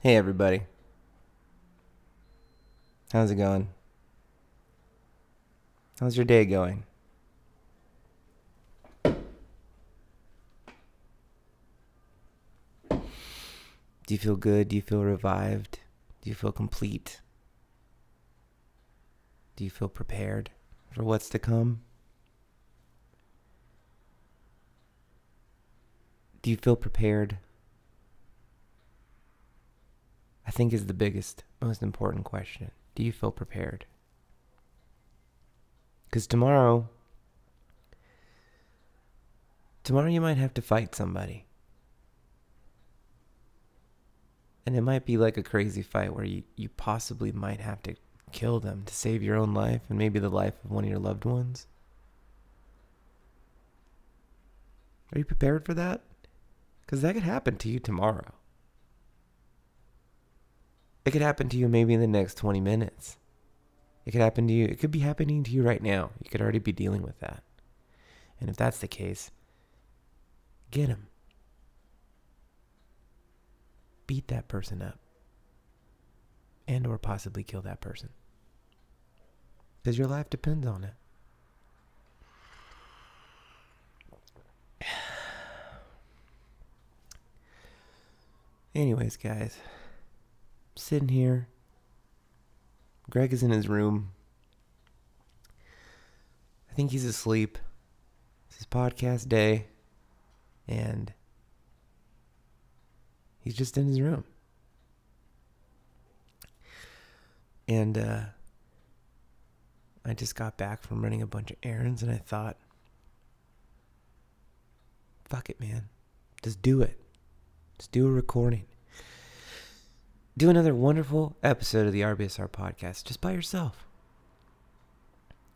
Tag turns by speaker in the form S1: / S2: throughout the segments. S1: Hey, everybody. How's it going? How's your day going? Do you feel good? Do you feel revived? Do you feel complete? Do you feel prepared for what's to come? Do you feel prepared? I think is the biggest, most important question. Do you feel prepared? Because tomorrow, tomorrow you might have to fight somebody. And it might be like a crazy fight where you, you possibly might have to kill them to save your own life and maybe the life of one of your loved ones. Are you prepared for that? Because that could happen to you tomorrow. It could happen to you maybe in the next 20 minutes. It could happen to you. It could be happening to you right now. You could already be dealing with that. And if that's the case, get him. Beat that person up. And or possibly kill that person. Cuz your life depends on it. Anyways, guys sitting here. Greg is in his room. I think he's asleep. It's his podcast day. And he's just in his room. And uh, I just got back from running a bunch of errands and I thought, fuck it, man. Just do it. Just do a recording do another wonderful episode of the RBSR podcast just by yourself.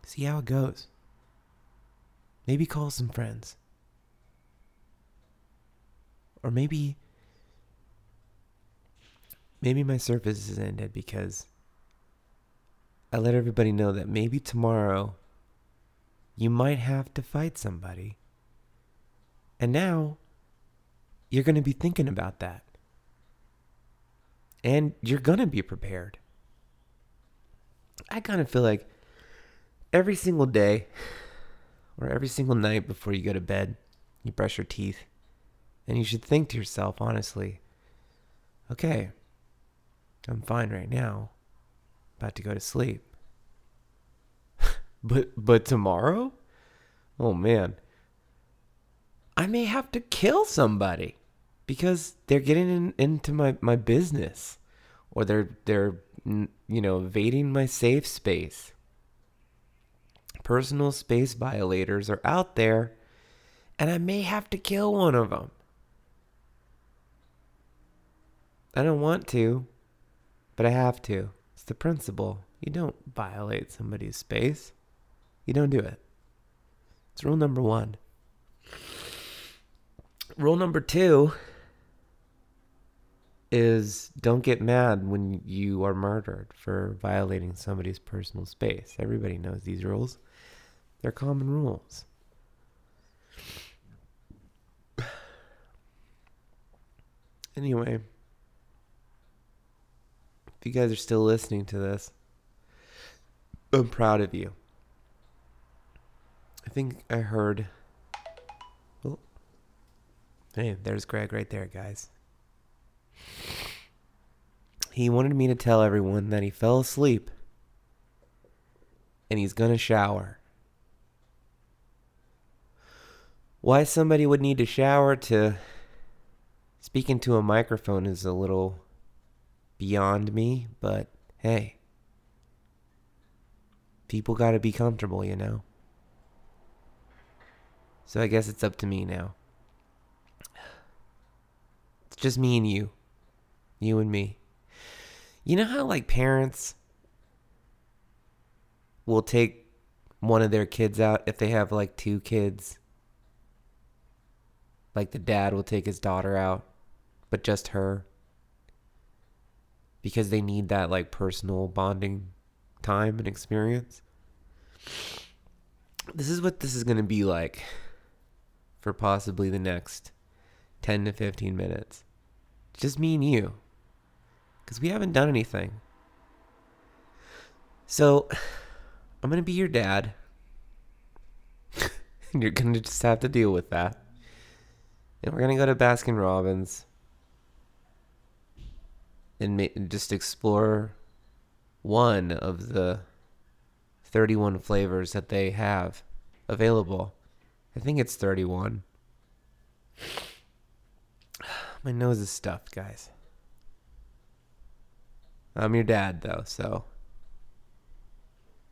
S1: See how it goes. Maybe call some friends. Or maybe maybe my service is ended because I let everybody know that maybe tomorrow you might have to fight somebody. And now you're going to be thinking about that and you're gonna be prepared. I kind of feel like every single day or every single night before you go to bed, you brush your teeth and you should think to yourself, honestly, okay, I'm fine right now, about to go to sleep. but but tomorrow? Oh man. I may have to kill somebody because they're getting in, into my, my business or they're they're you know invading my safe space personal space violators are out there and i may have to kill one of them i don't want to but i have to it's the principle you don't violate somebody's space you don't do it it's rule number one rule number two is don't get mad when you are murdered for violating somebody's personal space. Everybody knows these rules, they're common rules. Anyway, if you guys are still listening to this, I'm proud of you. I think I heard. Oh, hey, there's Greg right there, guys. He wanted me to tell everyone that he fell asleep and he's gonna shower. Why somebody would need to shower to speak into a microphone is a little beyond me, but hey, people gotta be comfortable, you know? So I guess it's up to me now just me and you. You and me. You know how, like, parents will take one of their kids out if they have, like, two kids? Like, the dad will take his daughter out, but just her. Because they need that, like, personal bonding time and experience. This is what this is going to be like for possibly the next 10 to 15 minutes just me and you. because we haven't done anything. So, I'm going to be your dad. and you're going to just have to deal with that. And we're going to go to Baskin Robbins and ma- and just explore one of the 31 flavors that they have available. I think it's 31. My nose is stuffed, guys. I'm your dad, though, so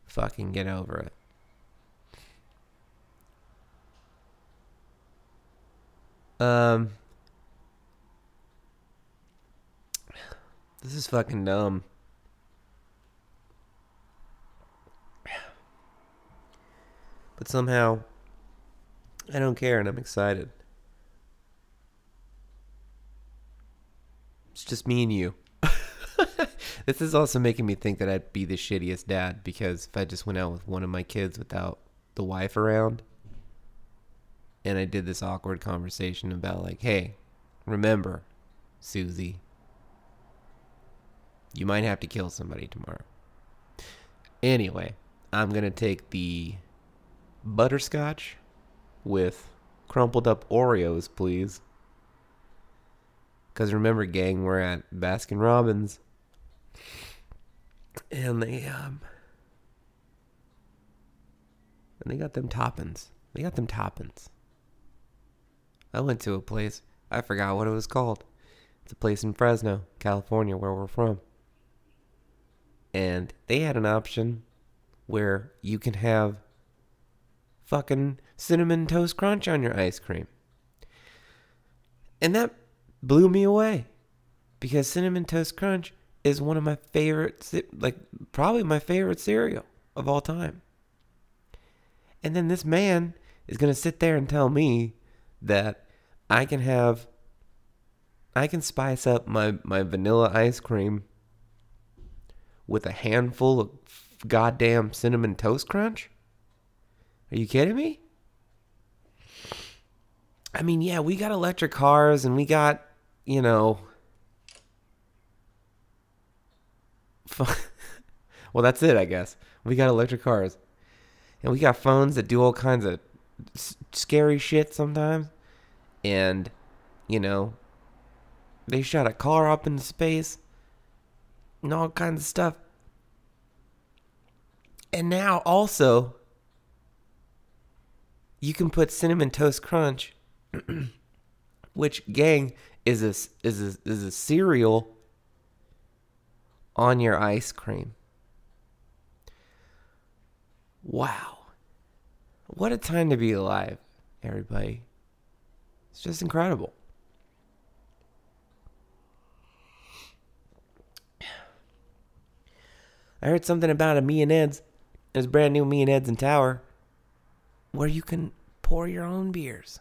S1: fucking get over it. Um, this is fucking dumb. But somehow, I don't care and I'm excited. It's just me and you. this is also making me think that I'd be the shittiest dad because if I just went out with one of my kids without the wife around and I did this awkward conversation about, like, hey, remember, Susie, you might have to kill somebody tomorrow. Anyway, I'm going to take the butterscotch with crumpled up Oreos, please. Because remember, gang, we're at Baskin Robbins. And they, um. And they got them toppins. They got them toppins. I went to a place. I forgot what it was called. It's a place in Fresno, California, where we're from. And they had an option where you can have fucking cinnamon toast crunch on your ice cream. And that blew me away because cinnamon toast crunch is one of my favorite ce- like probably my favorite cereal of all time. And then this man is going to sit there and tell me that I can have I can spice up my my vanilla ice cream with a handful of goddamn cinnamon toast crunch? Are you kidding me? I mean, yeah, we got electric cars and we got, you know. pho- well, that's it, I guess. We got electric cars. And we got phones that do all kinds of s- scary shit sometimes. And, you know, they shot a car up into space and all kinds of stuff. And now also, you can put cinnamon toast crunch, which gang is a s- is a, is a cereal on your ice cream. Wow. What a time to be alive, everybody. It's just incredible. I heard something about a Me and Ed's. There's brand new Me and Ed's in Tower where you can pour your own beers.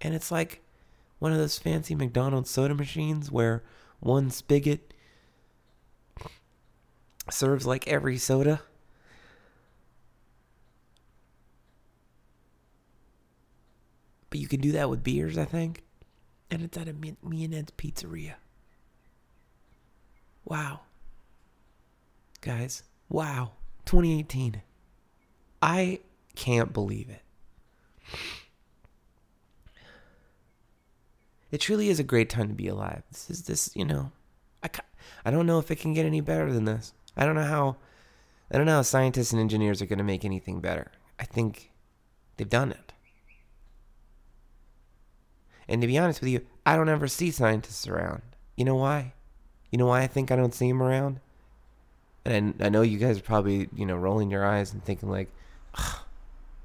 S1: And it's like one of those fancy McDonald's soda machines where one spigot serves like every soda. But you can do that with beers, I think. And it's at a Me Me and Ed's pizzeria. Wow. Guys, wow. 2018. I can't believe it. It truly is a great time to be alive. This is this, you know, I, ca- I don't know if it can get any better than this. I don't know how I don't know how scientists and engineers are going to make anything better. I think they've done it. And to be honest with you, I don't ever see scientists around. You know why? You know why I think I don't see them around? And I I know you guys are probably, you know, rolling your eyes and thinking like,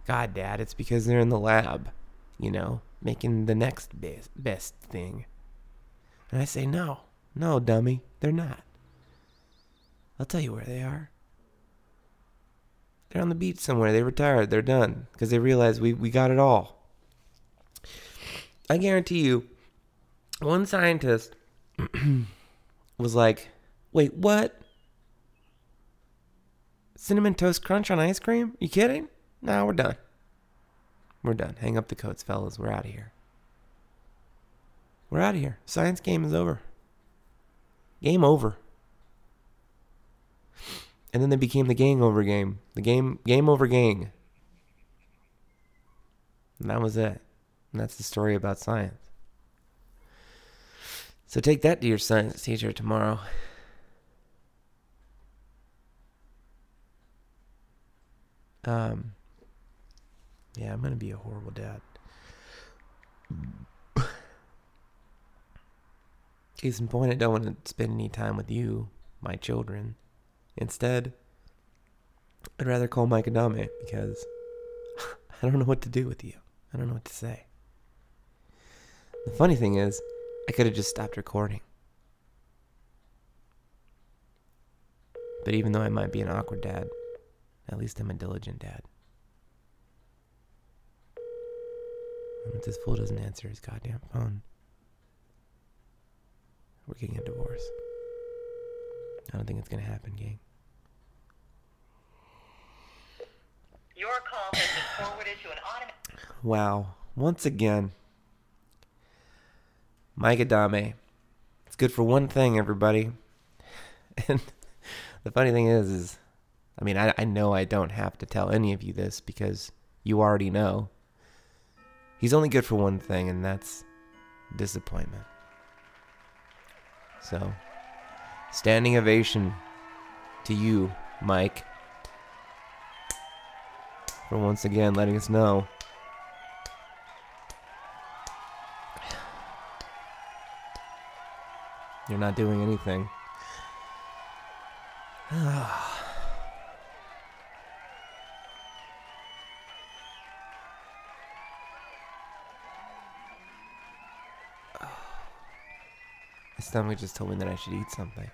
S1: God, Dad, it's because they're in the lab, you know, making the next best, best thing. And I say, no, no, dummy, they're not. I'll tell you where they are. They're on the beach somewhere. They retired. They're done because they realize we, we got it all. I guarantee you, one scientist was like, wait, what? cinnamon toast crunch on ice cream? You kidding? Nah, we're done. We're done. Hang up the coats, fellas. We're out of here. We're out of here. Science game is over. Game over. And then they became the gang over game. The game game over gang. And that was it. And that's the story about science. So take that to your science teacher tomorrow. Um Yeah, I'm gonna be a horrible dad. Case in point, I don't want to spend any time with you, my children. Instead, I'd rather call Mike Adame because I don't know what to do with you. I don't know what to say. The funny thing is, I could have just stopped recording. But even though I might be an awkward dad, at least I'm a diligent dad. And if this fool doesn't answer his goddamn phone, we're getting a divorce. I don't think it's gonna happen, gang.
S2: Your call has been forwarded to an automatic.
S1: Wow. Once again, Mike Adame. It's good for one thing, everybody. And the funny thing is, is I mean, I, I know I don't have to tell any of you this because you already know. He's only good for one thing, and that's disappointment. So, standing ovation to you, Mike, for once again letting us know. You're not doing anything. My stomach just told me that I should eat something.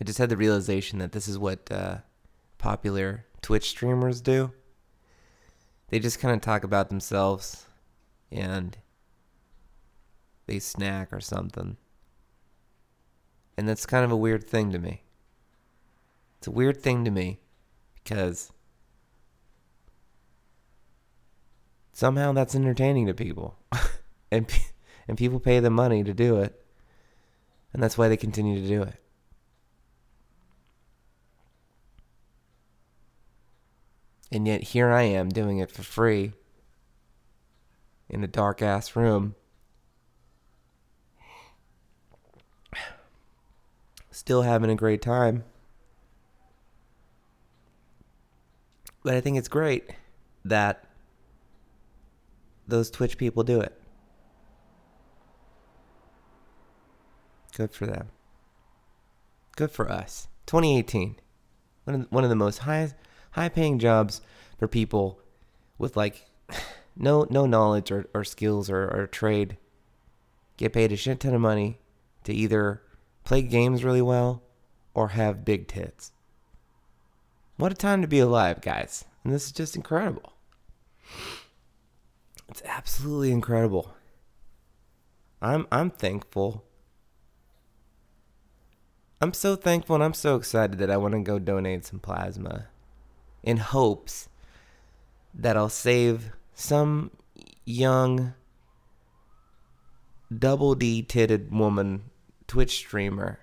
S1: I just had the realization that this is what uh, popular Twitch streamers do. They just kind of talk about themselves and they snack or something. And that's kind of a weird thing to me. It's a weird thing to me because somehow that's entertaining to people. and pe- and people pay them money to do it. And that's why they continue to do it. And yet here I am doing it for free in a dark ass room. Still having a great time. But I think it's great that those Twitch people do it. Good for them. Good for us. 2018. One of the, one of the most high high paying jobs for people with like no no knowledge or, or skills or, or trade. Get paid a shit ton of money to either play games really well or have big tits. What a time to be alive, guys. And this is just incredible. It's absolutely incredible. I'm I'm thankful I'm so thankful and I'm so excited that I want to go donate some plasma in hopes that I'll save some young double D titted woman Twitch streamer.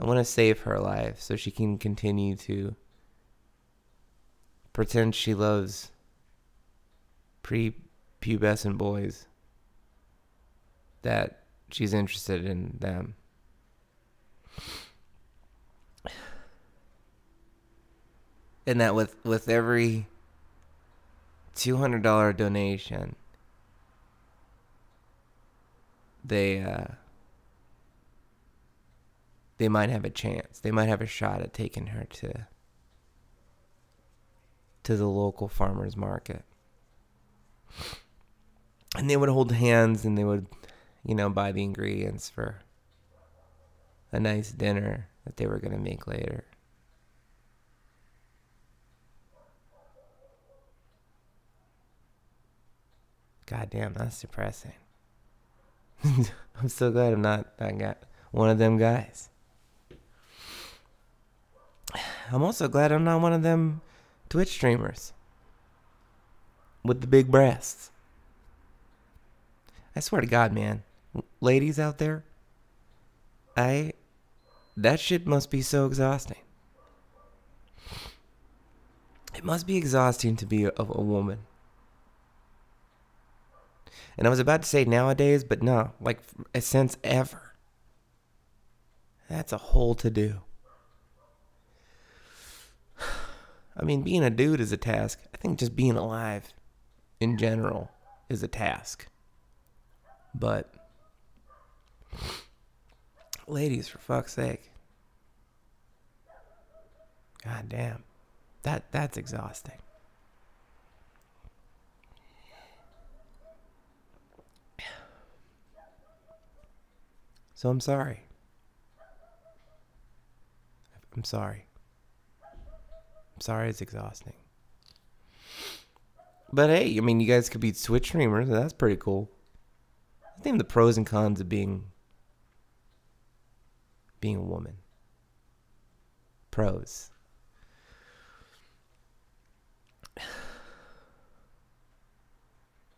S1: I want to save her life so she can continue to pretend she loves prepubescent boys that she's interested in them. and that with with every two hundred dollar donation, they uh, they might have a chance. They might have a shot at taking her to to the local farmers market, and they would hold hands and they would, you know, buy the ingredients for a nice dinner that they were going to make later. God damn, that's depressing. I'm so glad I'm not that guy, one of them guys. I'm also glad I'm not one of them Twitch streamers with the big breasts. I swear to God, man, ladies out there, I that shit must be so exhausting. It must be exhausting to be a, a woman. And I was about to say nowadays, but no, like f- since ever. That's a whole to do. I mean, being a dude is a task. I think just being alive in general is a task. But, ladies, for fuck's sake. God damn. That, that's exhausting. So I'm sorry. I'm sorry. I'm sorry it's exhausting. But hey, I mean, you guys could be Twitch streamers. and That's pretty cool. I think the pros and cons of being being a woman. Pros.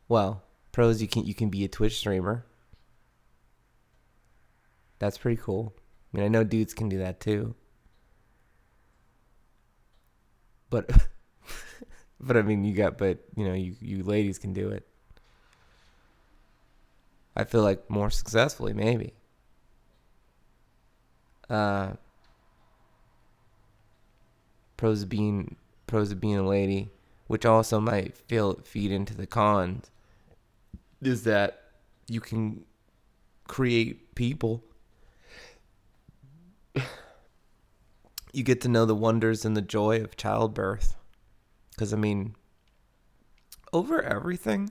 S1: Well, pros you can you can be a Twitch streamer. That's pretty cool. I mean, I know dudes can do that too. But but I mean, you got but you know, you you ladies can do it. I feel like more successfully maybe. Uh pros of being pros of being a lady, which also might feel feed into the cons is that you can create people. You get to know the wonders and the joy of childbirth. Because, I mean, over everything,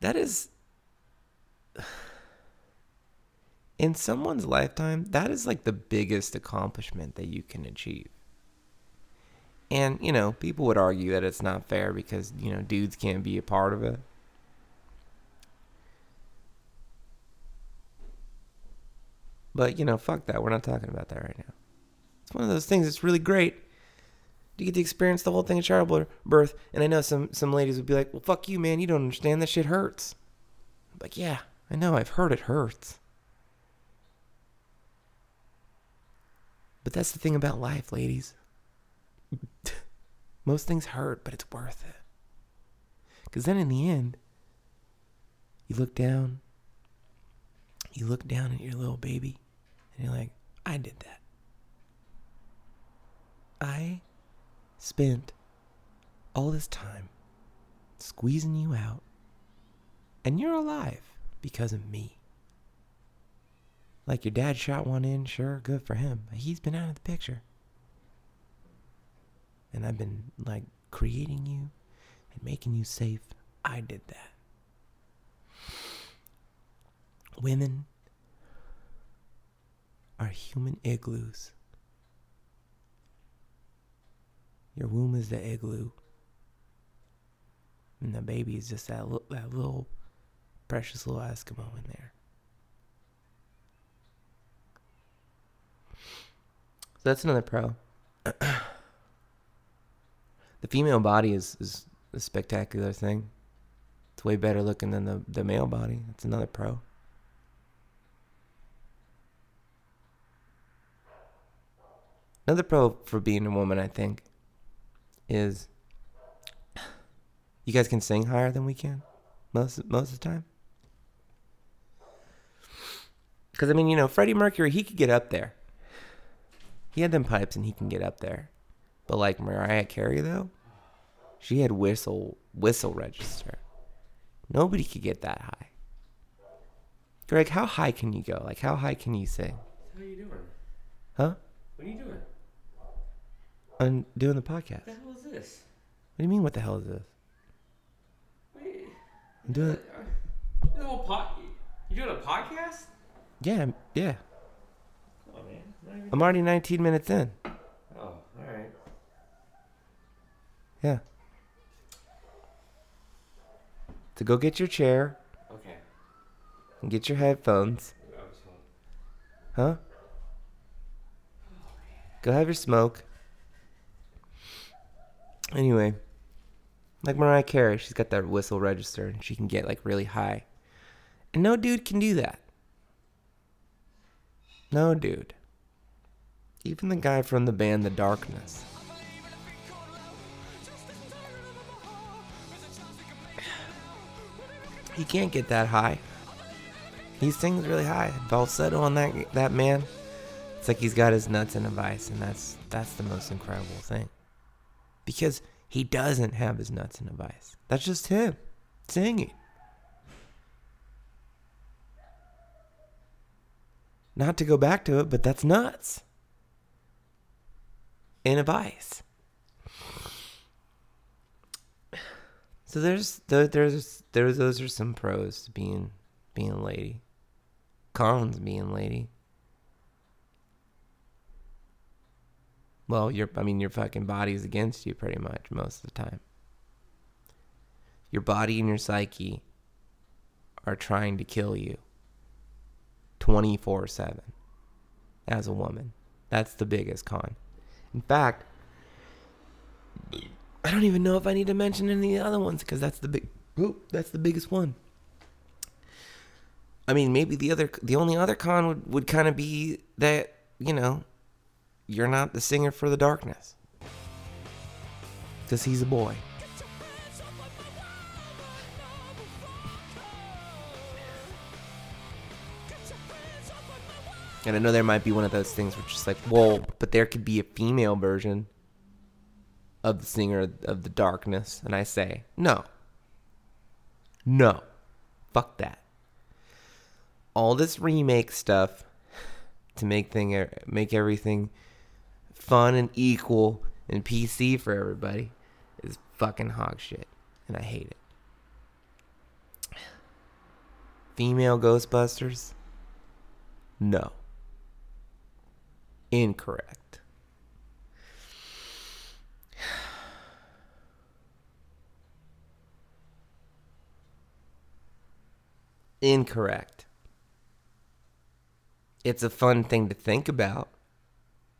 S1: that is. In someone's lifetime, that is like the biggest accomplishment that you can achieve. And, you know, people would argue that it's not fair because, you know, dudes can't be a part of it. But you know, fuck that. We're not talking about that right now. It's one of those things that's really great. You get to experience the whole thing at childbirth, and I know some some ladies would be like, "Well, fuck you, man. You don't understand. That shit hurts." I'm like, yeah, I know. I've heard it hurts. But that's the thing about life, ladies. Most things hurt, but it's worth it. Because then in the end, you look down you look down at your little baby and you're like, I did that. I spent all this time squeezing you out, and you're alive because of me. Like your dad shot one in, sure, good for him, but he's been out of the picture. And I've been like creating you and making you safe. I did that women are human igloos. Your womb is the igloo, and the baby is just that little, that little precious little Eskimo in there. So that's another pro. the female body is, is a spectacular thing. It's way better looking than the, the male body. That's another pro. another pro for being a woman, I think, is you guys can sing higher than we can most most of the time. Because I mean, you know, Freddie Mercury, he could get up there. He had them pipes, and he can get up there. But like Mariah Carey, though, she had whistle whistle register. Nobody could get that high. Greg, how high can you go? Like, how high can you sing?
S3: How you doing? What
S1: Huh?
S3: are you doing?
S1: I'm doing the podcast.
S3: What the hell is this?
S1: What do you mean? What the hell is this?
S3: What are you,
S1: I'm doing.
S3: you the whole po- You doing a podcast?
S1: Yeah, I'm- yeah.
S3: Come on, man. Not even-
S1: I'm already 19 minutes in.
S3: Oh, all right.
S1: Yeah. So go get your chair
S3: Okay.
S1: and get your headphones,
S3: I was wrong.
S1: huh? Go have your smoke. Anyway, like Mariah Carey, she's got that whistle register and she can get like really high. And no dude can do that. No dude. Even the guy from the band The Darkness. He can't get that high. He sings really high. Falsetto on that that man. It's like he's got his nuts in a vice, and that's that's the most incredible thing. Because he doesn't have his nuts in a vice. That's just him singing. Not to go back to it, but that's nuts. In a vice. So there's tho- there's there's those are some pros to being being a lady. Cons being lady. Well, your I mean your fucking body's against you pretty much most of the time. Your body and your psyche are trying to kill you. 24/7 as a woman. That's the biggest con. In fact, I don't even know if I need to mention any of the other ones because that's the big, oop, that's the biggest one. I mean, maybe the other, the only other con would, would kind of be that you know, you're not the singer for the darkness because he's a boy. And I know there might be one of those things where it's just like, whoa, but there could be a female version of the singer of the darkness and i say no no fuck that all this remake stuff to make thing make everything fun and equal and pc for everybody is fucking hog shit and i hate it female ghostbusters no incorrect Incorrect. It's a fun thing to think about.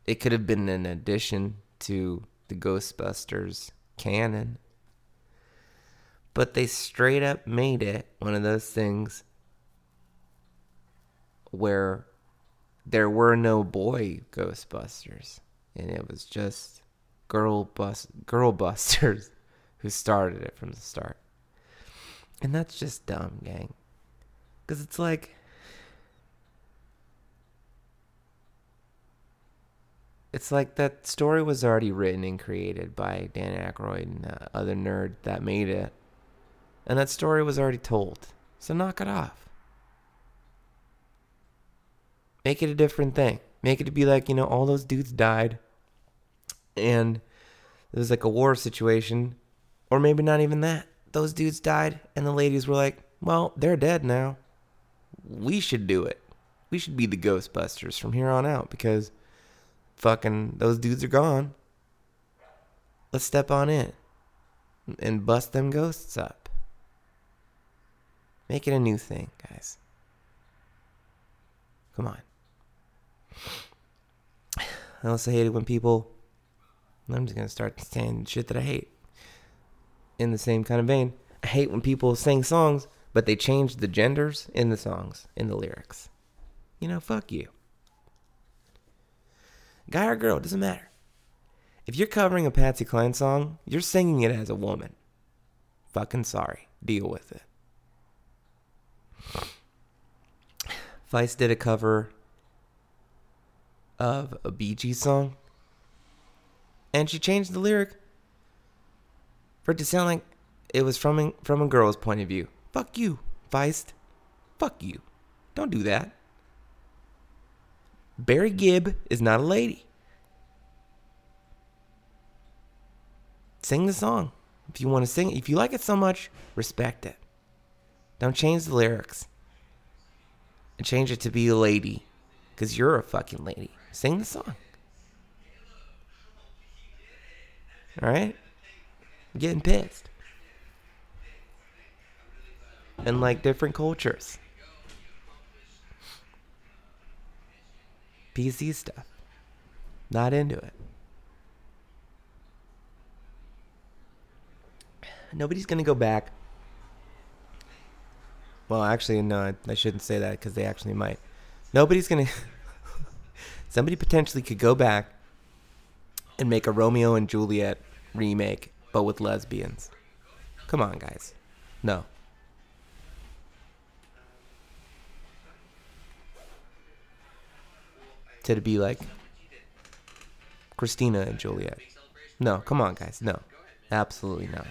S1: It could have been an addition to the Ghostbusters canon. But they straight up made it one of those things where there were no boy Ghostbusters and it was just girl bus girl busters who started it from the start. And that's just dumb, gang. Because it's like. It's like that story was already written and created by Dan Aykroyd and the other nerd that made it. And that story was already told. So knock it off. Make it a different thing. Make it to be like, you know, all those dudes died. And it was like a war situation. Or maybe not even that. Those dudes died, and the ladies were like, well, they're dead now we should do it. We should be the Ghostbusters from here on out because fucking those dudes are gone. Let's step on in and bust them ghosts up. Make it a new thing, guys. Come on. I also hate it when people. I'm just gonna start saying shit that I hate. In the same kind of vein, I hate when people sing songs, but they change the genders in the songs, in the lyrics. You know, fuck you. Guy or girl, doesn't matter. If you're covering a Patsy Cline song, you're singing it as a woman. Fucking sorry. Deal with it. Vice did a cover of a Bee Gees song, and she changed the lyric for it to sound like it was from from a girl's point of view. Fuck you, Feist. Fuck you. Don't do that. Barry Gibb is not a lady. Sing the song. If you want to sing it, if you like it so much, respect it. Don't change the lyrics. And change it to be a lady. Because you're a fucking lady. Sing the song. Alright? I'm getting pissed and like different cultures. PC stuff. Not into it. Nobody's going to go back Well, actually, no, I, I shouldn't say that because they actually might. Nobody's gonna. Somebody potentially could go back and make a Romeo and Juliet remake, but with lesbians. Come on, guys. No. To be like Christina and Juliet. No, come on, guys. No. Absolutely not.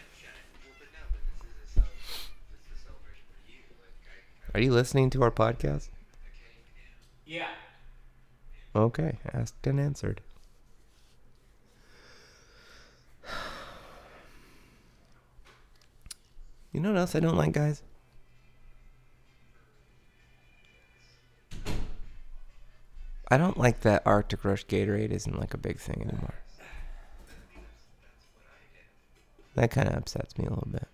S1: Are you listening to our podcast?
S3: Yeah.
S1: Okay, asked and answered. You know what else I don't like, guys? I don't like that Arctic Rush Gatorade isn't like a big thing anymore. That kind of upsets me a little bit.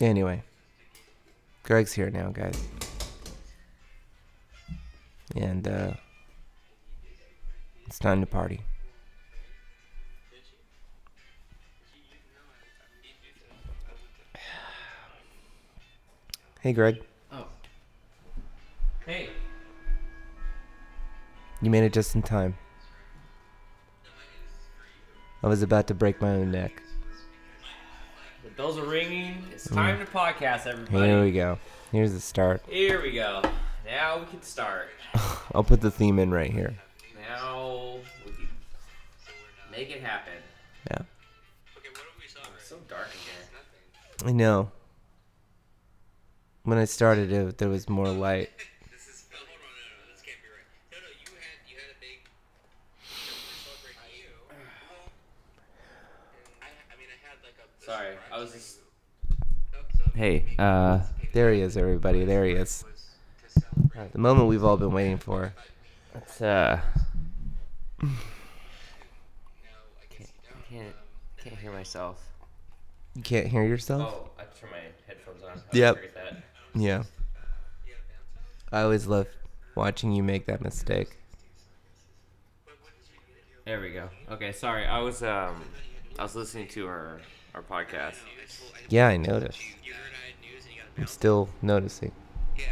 S1: Anyway, Greg's here now, guys. And uh, it's time to party. Hey, Greg,
S3: Oh. Hey.
S1: you made it just in time. I was about to break my own neck.
S3: The bells are ringing. It's time to podcast, everybody.
S1: Here we go. Here's the start.
S3: Here we go. Now we can start.
S1: I'll put the theme in right here.
S3: Now we can make it happen.
S1: Yeah.
S3: It's so dark in
S1: I know. When I started it, there was more light.
S4: This is no, hold on, no, no, this can't be right. No, no, you had you had a big. No, we're celebrating you. Well, I, I mean, I had like a.
S3: here. Sorry, I was just.
S4: Nope, so
S3: Hey, uh,
S1: There he is, everybody. There he is.
S4: to celebrate
S1: The moment we've all been waiting for.
S3: it's, uh,
S4: now, I guess
S3: I
S4: you don't.
S3: can't, can't hear myself.
S1: You can't hear yourself?
S3: Oh, I turned my headphones on. I
S1: Yep.
S3: forget that.
S1: Yeah. I always love watching you make that mistake.
S3: There we go. Okay, sorry. I was um, I was listening to our our podcast.
S1: Yeah, I noticed.
S4: You heard I had news and you got a
S1: I'm
S4: bounce.
S1: still noticing.
S4: Yeah.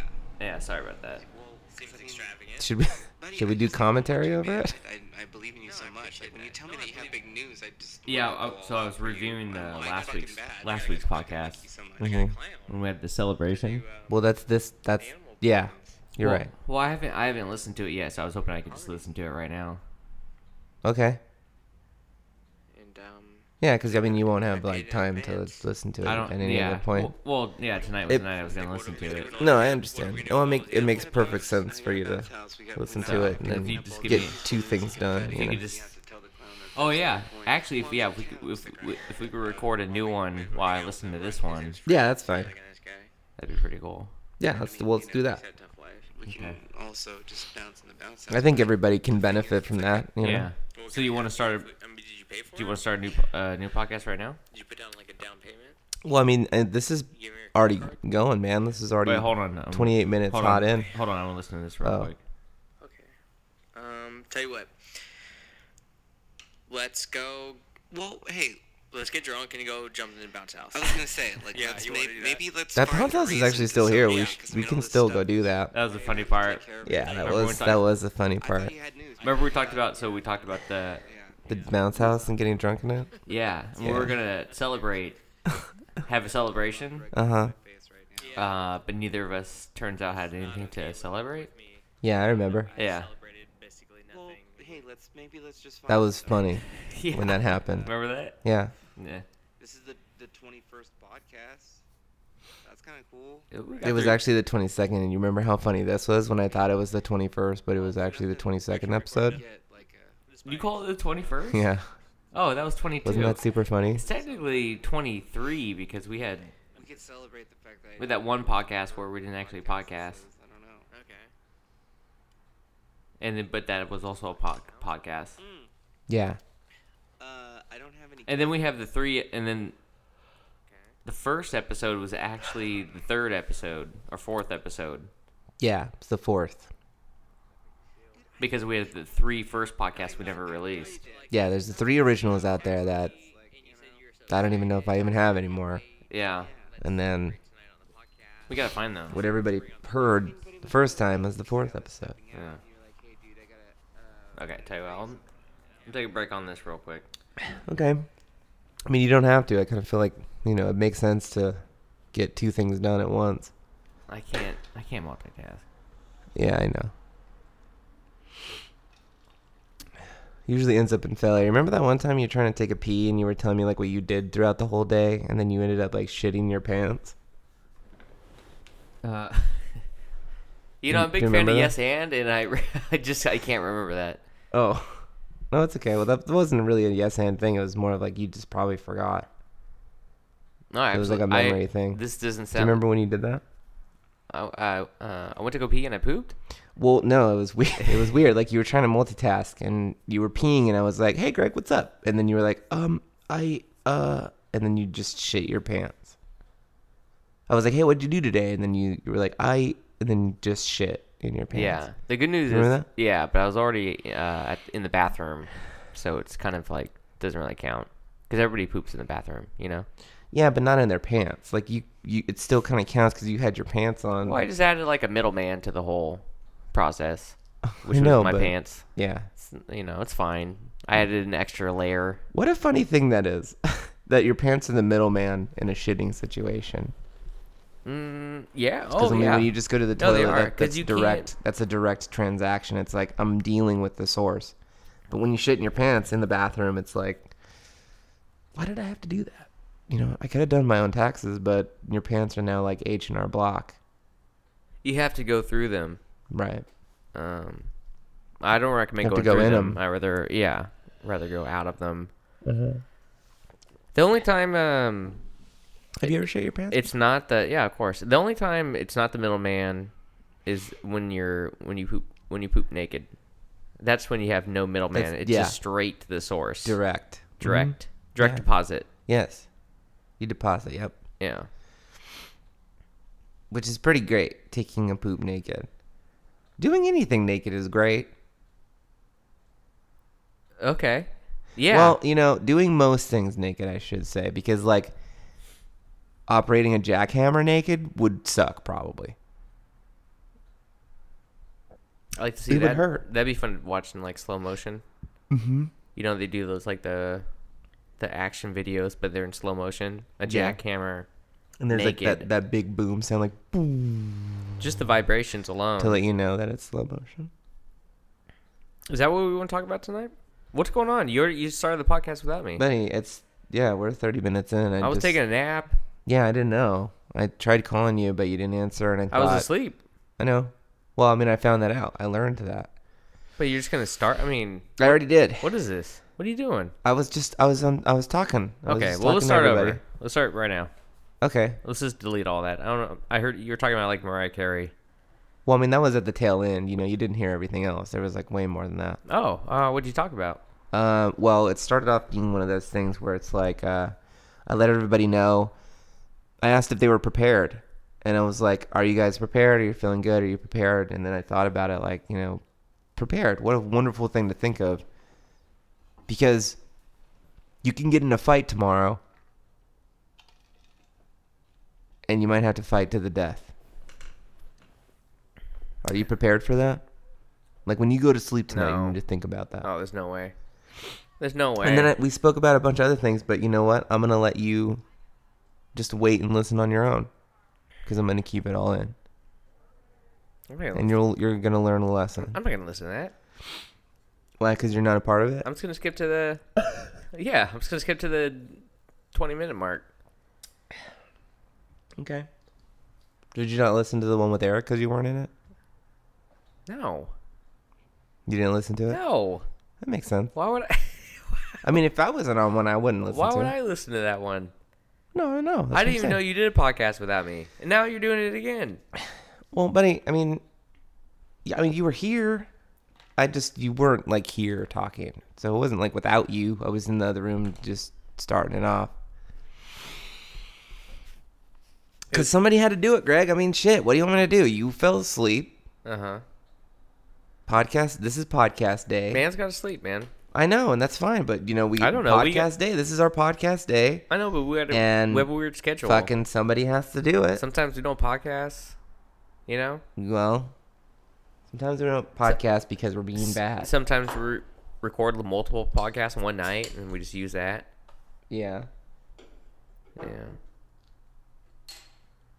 S3: Yeah, sorry about that.
S4: Well, seems extravagant.
S1: Should we, should we do commentary over it?
S4: I, I believe in you so much. Like when you tell me that you have big news, I just
S3: Yeah.
S4: wanna go
S3: uh, so
S4: all
S3: I
S4: out
S3: was
S4: for you.
S3: reviewing the
S4: I'm like,
S3: last
S4: fucking
S3: week's
S4: bad.
S3: last
S4: Like,
S3: week's
S4: I fucking hate
S3: podcast
S4: you so much.
S1: Mhm.
S4: Clown.
S3: when we had the celebration.
S1: Well, that's this. That's. Yeah, you're
S3: Well-
S1: right.
S3: Well, I haven't I haven't listened to it yet, so I was hoping I could just listen to it right now.
S1: Okay.
S4: And um.
S1: Yeah, because, I mean, you won't have, like, time to listen to it
S3: I don't.
S1: at any
S3: yeah.
S1: other point.
S3: Well, well, yeah. Tonight was
S1: It-
S3: the night I was gonna listen to it.
S1: No, I understand. Well, it, make, it makes perfect sense for you to listen to it and
S3: If
S1: then
S3: you just give
S1: get
S3: me-
S1: two things done.
S3: If
S1: You
S3: you could
S1: know?
S3: just. Oh yeah. Actually, if yeah, if we could, if, we- if we could record a new one while I listen to this one,
S1: Yeah, that's fine.
S3: that'd be pretty cool.
S1: Yeah, let's, well, let's do that.
S4: We can
S3: Okay.
S4: also just bounce on the bounce.
S1: I think everybody can benefit from that. You know?
S3: Yeah. So you want to start? a-
S4: I mean, did you pay for
S3: Do you
S4: it?
S3: want to start a new po- uh, new podcast right now?
S4: Did you put down like a down payment?
S1: Well, I mean, uh, this is
S4: You give me your
S1: already
S4: credit
S1: going, man. This is already
S3: Wait, hold on. um,
S1: 28 minutes
S3: hold
S1: hot
S3: on.
S1: in.
S3: Hold on, I want to listen to this real
S1: Oh.
S3: quick.
S4: card? Okay. Um, tell you what. Let's go. Well, hey, let's get drunk and go jump in the bounce house. I was gonna say, like,
S5: Yeah,
S4: let's
S5: you
S4: may-
S5: wanna do that.
S4: maybe let's.
S1: That
S4: find
S1: bounce
S4: a
S1: house is
S4: reason
S1: actually
S4: to
S1: still here.
S4: celebrate,
S1: We
S4: 'cause,
S1: sh-
S4: I
S1: we
S4: mean, all
S1: can
S4: this
S1: still
S4: stuff-
S1: go do that.
S3: That was the funny
S4: Maybe we can
S3: part.
S4: take care of it.
S1: Yeah, that
S3: Remember
S1: was that
S3: when I-
S1: was the funny
S4: I thought
S1: part.
S4: you had news.
S3: Remember we talked about? So we talked about the
S4: Yeah.
S1: The bounce house and getting drunk in it.
S3: yeah. and We
S1: Yeah.
S3: were gonna celebrate, have a celebration,
S1: Uh huh.
S3: uh, but neither of us turns out had anything to celebrate.
S1: Yeah, I remember.
S3: Yeah.
S4: Well, hey, let's maybe let's just. Find
S1: That was funny
S3: yeah.
S1: when that happened.
S3: Remember that?
S1: Yeah.
S3: Yeah.
S4: This is the the twenty first podcast. That's kind of cool.
S3: we got
S1: It was
S3: through-
S1: actually the 22nd, and you remember how funny this was when I thought it was the 21st, but it was actually the 22nd episode.
S4: Get like uh, a
S3: You call it the twenty first?
S1: Yeah,
S3: Oh, that was twenty two.
S1: wasn't that super funny?
S3: It's technically twenty three because we had
S4: we could celebrate the fact that.
S3: with that one podcast where we didn't actually podcast,
S4: I don't know. Okay.
S3: and then but that was also a po- podcast.
S1: Yeah.
S4: Uh, I don't have any.
S3: And then we have the three, and then the first episode was actually the third episode or fourth episode.
S1: Yeah, it's the fourth.
S3: because we had the three first podcasts we never released.
S1: Yeah, there's the three originals out there that I don't even know if I even have anymore.
S3: Yeah,
S1: And then
S3: we gotta find them.
S1: what everybody heard the first time was the fourth episode.
S3: Yeah.
S4: uh,
S3: Okay, tell you what, I'll, I'll take a break on this real quick.
S1: Okay. I mean, you don't have to. I kind of feel like, you know, it makes sense to get two things done at once.
S3: I can't. I can't multitask.
S1: Yeah, I know. Usually ends up in failure. Remember that one time you were trying to take a pee and you were telling me like what you did throughout the whole day and then you ended up like shitting your pants?
S3: Uh, you know,
S1: Do-
S3: I'm a big
S1: do you
S3: fan of
S1: remember that?
S3: Yes and, and I, I just I can't remember that.
S1: Oh. No, it's okay. Well, that wasn't really a yes and thing. It was more of like you just probably forgot.
S3: No,
S1: It was like a
S3: actually, I-
S1: memory thing.
S3: This doesn't
S1: Do you
S3: sound.
S1: remember when you did that?
S3: I, I, uh, I went to go pee and I pooped.
S1: Well, no, it was weird. It was weird. Like you were trying to multitask and you were peeing, and I was like, "Hey, Greg, what's up?" And then you were like, "Um, I uh," and then you just shit your pants. I was like, "Hey, what'd you do today?" And then you, you were like, "I," and then just shit in your pants.
S3: Yeah. The good news is,
S1: Remember that?
S3: yeah, but I was already uh, at, in the bathroom, so it's kind of like doesn't really count because everybody poops in the bathroom, you know.
S1: yeah, but not in their pants. Like you, you, it still kind of counts because you had your pants on.
S3: Well, I just added like a middleman to the whole process, which
S1: I
S3: was
S1: know,
S3: my
S1: but-
S3: pants.
S1: Yeah.
S3: It's, you know, it's fine. I added an extra layer.
S1: What a funny thing that is, that your pants are the middleman in a shitting situation.
S3: Mm, yeah.
S1: Because
S3: Oh,
S1: I mean,
S3: yeah.
S1: when you just go to the
S3: No,
S1: toilet,
S3: they are,
S1: that,
S3: 'cause
S1: that's
S3: you
S1: direct. That's a direct transaction. It's like I'm dealing with the source. But when you shit in your pants in the bathroom, it's like, why did I have to do that? You know, I could have done my own taxes, but your pants are now like H and R Block,
S3: you have to go through them.
S1: right?
S3: Um, I don't recommend
S1: Have to
S3: going
S1: go
S3: through
S1: in
S3: them.
S1: 'em.
S3: I rather, yeah, rather go out of them.
S1: Mm-hmm.
S3: The only time, um,
S1: Have you ever shit your pants?
S3: it's not the yeah, of course. The only time it's not the middleman is when you're when you poop when you poop naked. That's when you have no middleman.
S1: That's-
S3: it's
S1: yeah.
S3: just straight to the source.
S1: direct.
S3: direct,
S1: Mm-hmm. Yeah.
S3: direct deposit.
S1: Yes, you deposit. Yep,
S3: Yeah.
S1: which is pretty great. Taking a poop naked, doing anything naked is great.
S3: Okay. Yeah.
S1: Well, you know, doing most things naked, I should say, because like operating a jackhammer naked would suck probably.
S3: I like to see
S1: it would
S3: that.
S1: hurt.
S3: That'd be fun to watch in like slow motion. Mm-hmm. You know they do those like the the action videos, but they're in slow motion. A
S1: Yeah.
S3: jackhammer,
S1: And there's like that,
S3: Naked.
S1: that big boom sound like boom
S3: just the vibrations alone.
S1: to let you know that it's slow motion.
S3: Is that what we want to talk about tonight? What's going on? You already, you started the podcast without me.
S1: Benny, it's yeah, we're 30 minutes in. I,
S3: I was
S1: just-
S3: taking a nap.
S1: Yeah, I didn't know. I tried calling you, but you didn't answer, and I
S3: I
S1: thought
S3: was asleep.
S1: I know. Well, I mean, I found that out. I learned that.
S3: But you're just gonna start. I mean,
S1: I already did.
S3: what is this? What are you doing?
S1: I was just, I was on, I was talking. I was
S3: Okay,
S1: just
S3: well
S1: talking
S3: let's start
S1: to
S3: over.
S1: everybody.
S3: Let's start right now.
S1: Okay.
S3: Let's just delete all that. I don't know. I heard you were talking about like Mariah Carey.
S1: Well, I mean, that was at the tail end. You know, you didn't hear everything else. There was like way more than that.
S3: Oh, uh, what'd you talk about?
S1: Uh, well, it started off being one of those things where it's like uh, I let everybody know. I asked if they were prepared, and I was like, "Are you guys prepared? Are you feeling good? Are you prepared?" And then I thought about it, like you know, prepared. What a wonderful thing to think of, because you can get in a fight tomorrow, and you might have to fight to the death. Are you prepared for that? Like when you go to sleep tonight,
S3: No.
S1: you need to think about that.
S3: Oh, there's no way. There's no way.
S1: And then I, we spoke about a bunch of other things, but you know what? I'm gonna let you just wait and listen on your own, because I'm gonna keep it all in,
S3: I'm, not gonna,
S1: and you'll you're gonna learn a lesson.
S3: I'm not gonna listen to that.
S1: Why? Because you're not a part of it.
S3: I'm just gonna skip to the. yeah, I'm just gonna skip to the 20 minute mark.
S1: Okay. Did you not listen to the one with Eric because you weren't in it?
S3: No,
S1: You didn't listen to it.
S3: no.
S1: That makes sense.
S3: Why would I?
S1: I mean, if I wasn't on one, I wouldn't listen
S3: Why
S1: to
S3: would
S1: it.
S3: I listen to that one?
S1: No, no.
S3: I didn't even know you did a podcast without me, and now you're doing it again.
S1: Well, buddy, I mean, yeah, I mean, you were here. I just you weren't like here talking, so it wasn't like without you. I was in the other room just starting it off. Because
S3: Uh-huh.
S1: somebody had to do it, Greg. I mean, shit. What do you want me to do? You fell asleep.
S3: Uh huh.
S1: Podcast. This is podcast day.
S3: Man's got to sleep, man.
S1: I know, and that's fine. But you know, we
S3: I don't know, we-
S1: podcast day. This is our podcast day.
S3: I know, but we had a,
S1: And
S3: we have a weird schedule.
S1: Fucking somebody has to do it.
S3: Sometimes we don't podcast. You know,
S1: well, sometimes we don't podcast because we're being bad.
S3: sometimes we record multiple podcasts in one night, and we just use that.
S1: yeah.
S3: Yeah.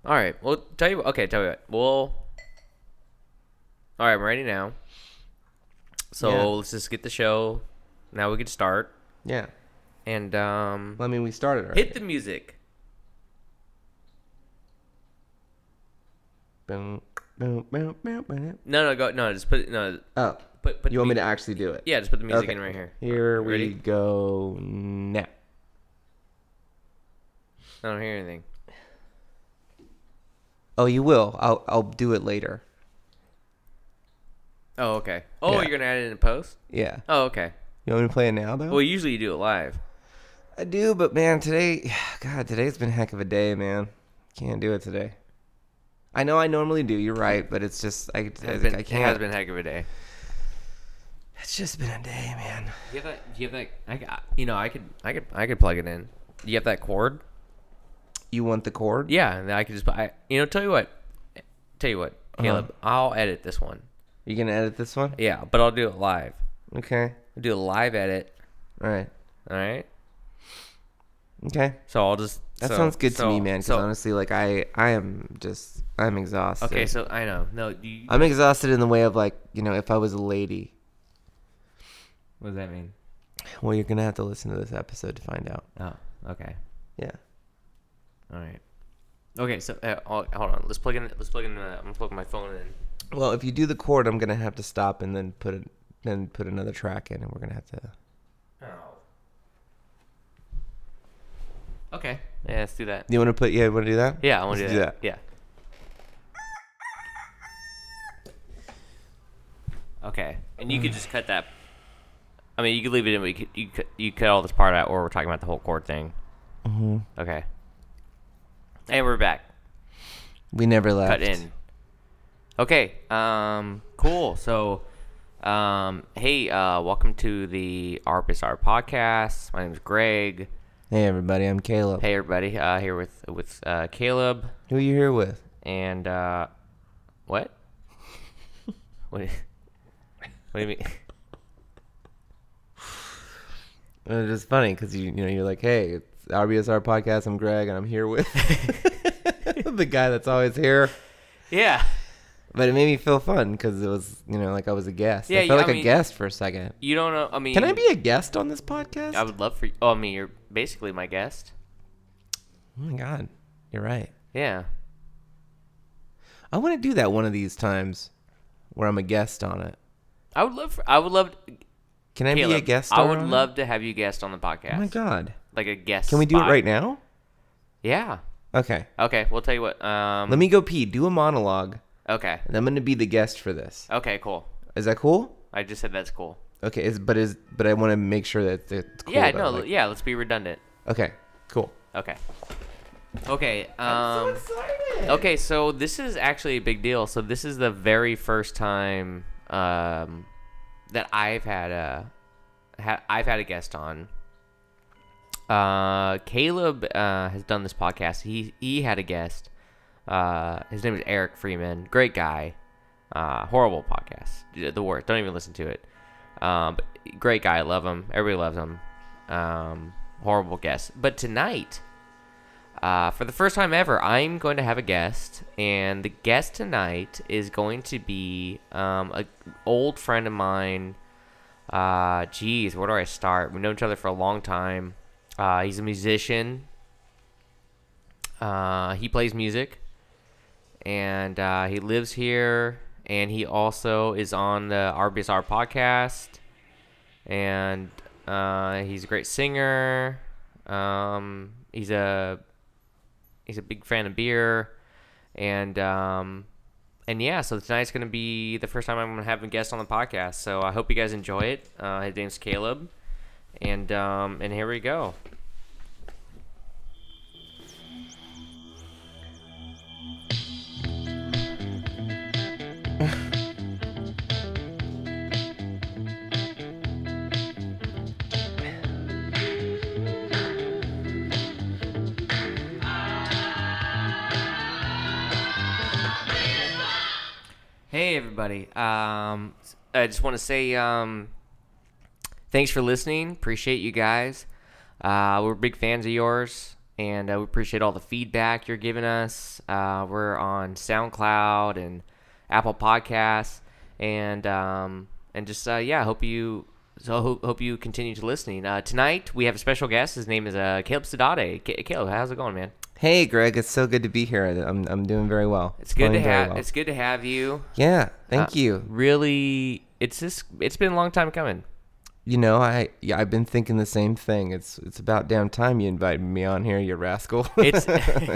S3: All right. Well, tell you. Okay, tell you what. Well. All right, I'm ready now. So
S1: Yeah.
S3: let's just get the show. Now we can start
S1: Yeah.
S3: and um,
S1: Well, I mean, we started already.
S3: hit the music.
S1: Boom, boom, boom, boom, boom.
S3: No, no, go. No, just put no.
S1: Oh,
S3: Put put.
S1: you want me to actually do it?
S3: Yeah, just put the music
S1: Okay.
S3: in right here.
S1: Here we
S3: Ready?
S1: go now.
S3: I don't hear anything.
S1: Oh, you will. I'll I'll do it later.
S3: Oh, okay. Oh,
S1: Yeah.
S3: you're gonna add it in post.
S1: Yeah.
S3: Oh, okay.
S1: You want me to play it now though?
S3: Well, usually you do it live.
S1: I do, but man, today, God, today's been a heck of a day, man. Can't do it today. I know I normally do. You're right, but it's just I, I,
S3: It has been,
S1: I
S3: it
S1: can't.
S3: has been a heck of a day.
S1: It's just been a day, man.
S3: Do you have that? Do you have that? I, c- I- you know, I could, I could, I could plug it in. Do you have that cord?
S1: You want the chord?
S3: Yeah, and then I could just, I, you know, tell you what, tell you what,
S1: Uh-huh.
S3: Caleb, I'll edit this one.
S1: You gonna edit this one?
S3: Yeah, but I'll do it live.
S1: Okay.
S3: I'll do a live edit.
S1: All right.
S3: All right.
S1: Okay.
S3: So I'll just.
S1: That
S3: so-
S1: sounds good
S3: so-
S1: to me, man. Because
S3: So
S1: honestly, like I, I am just, I'm exhausted.
S3: okay, so I know. No, you,
S1: I'm exhausted in the way of like, you know, if I was a lady.
S3: what does that mean?
S1: Well, you're gonna have to listen to this episode to find out.
S3: Oh, okay.
S1: Yeah.
S3: All right. Okay, so uh, I'll, hold on. Let's plug in. Let's plug in. Uh, I'm gonna plug my phone in.
S1: Well, if you do the chord, I'm gonna have to stop and then put it, then put another track in, and we're gonna have to.
S3: Oh. Okay. Yeah, let's do that.
S1: You want to put? Yeah, you want to do that?
S3: Yeah, I want to
S1: Let's
S3: do that. Yeah. Okay, and you could just cut that. I mean, you could leave it in, but you could, you could, you cut all this part out, or we're talking about the whole chord thing. Mm-hmm. Okay. And we're back.
S1: We never left.
S3: Cut in. Okay. Um. Cool. So, um. Hey. Uh. Welcome to the RPSR podcast. My name is Greg.
S1: Hey, everybody. I'm Caleb.
S3: Hey, everybody. Uh. Here with with uh, Caleb.
S1: Who you here with?
S3: and uh, what? what? do- What do you mean?
S1: And It's just funny because you you know you're like, hey, it's RBSR podcast. I'm Greg, and I'm here with the guy that's always here.
S3: Yeah,
S1: But it made me feel fun because it was you know like I was a guest.
S3: Yeah,
S1: I felt
S3: yeah,
S1: like
S3: I
S1: a
S3: mean-
S1: guest for a second.
S3: you don't know. I mean,
S1: Can I be a guest on this podcast?
S3: I would love for you. Oh, I mean, you're basically my guest.
S1: oh my god, you're right.
S3: Yeah.
S1: I want to do that one of these times where I'm a guest on it.
S3: I would love. For, I would love.
S1: Can I
S3: Caleb,
S1: be a guest?
S3: I
S1: star
S3: would
S1: on it?
S3: love to have you guest on the podcast.
S1: Oh my god,
S3: Like a guest.
S1: can we do
S3: spot.
S1: it right now?
S3: Yeah.
S1: Okay,
S3: Okay. We'll tell you what. Um.
S1: let me go pee. Do a monologue,
S3: Okay.
S1: and I'm gonna be the guest for this.
S3: Okay. Cool.
S1: Is that cool?
S3: I just said that's cool.
S1: Okay, is but is but I want to make sure that it's cool.
S3: yeah.
S1: though,
S3: No.
S1: like-
S3: yeah. Let's be redundant.
S1: Okay, cool.
S3: Okay. Okay. Um.
S1: excited.
S3: Okay, so this is actually a big deal. So this is the very first time um, that I've had a ha- I've had a guest on. Uh, Caleb uh, has done this podcast. He he had a guest. Uh, his name is Eric Freeman. Great guy. Uh, horrible podcast. The- The worst. Don't even listen to it. Um, but great guy. I love him. Everybody loves him. Um, horrible guest. But tonight. Uh, for the first time ever, I'm going to have a guest, and the guest tonight is going to be um, an old friend of mine. Uh, geez, where do I start? We've known each other for a long time. Uh, he's a musician. Uh, he plays music, and uh, he lives here, and he also is on the RBSR podcast, and uh, he's a great singer. Um, he's a he's a big fan of beer, and um, and yeah. So tonight's gonna be the first time I'm gonna have a guest on the podcast. So I hope you guys enjoy it. Uh, his name's Caleb, and um, and here we go. Hey everybody. Um, I just want to say um, thanks for listening. Appreciate you guys. Uh, we're big fans of yours, and uh, we appreciate all the feedback you're giving us. Uh, we're on SoundCloud and Apple Podcasts, and um, and just uh, yeah, hope you so ho- hope you continue to listening. Uh, tonight we have a special guest. His name is uh, Caleb Sedate. Ca Caleb, how's it going, man?
S1: Hey, Greg, it's so good to be here. I'm, I'm doing very well.
S3: It's good to
S1: going very
S3: have.
S1: well.
S3: It's good to have you.
S1: yeah, thank
S3: Uh,
S1: you.
S3: Really, it's just it's been a long time coming.
S1: You know, I yeah, I've been thinking the same thing. It's it's about damn time you invited me on here, you rascal.
S3: It's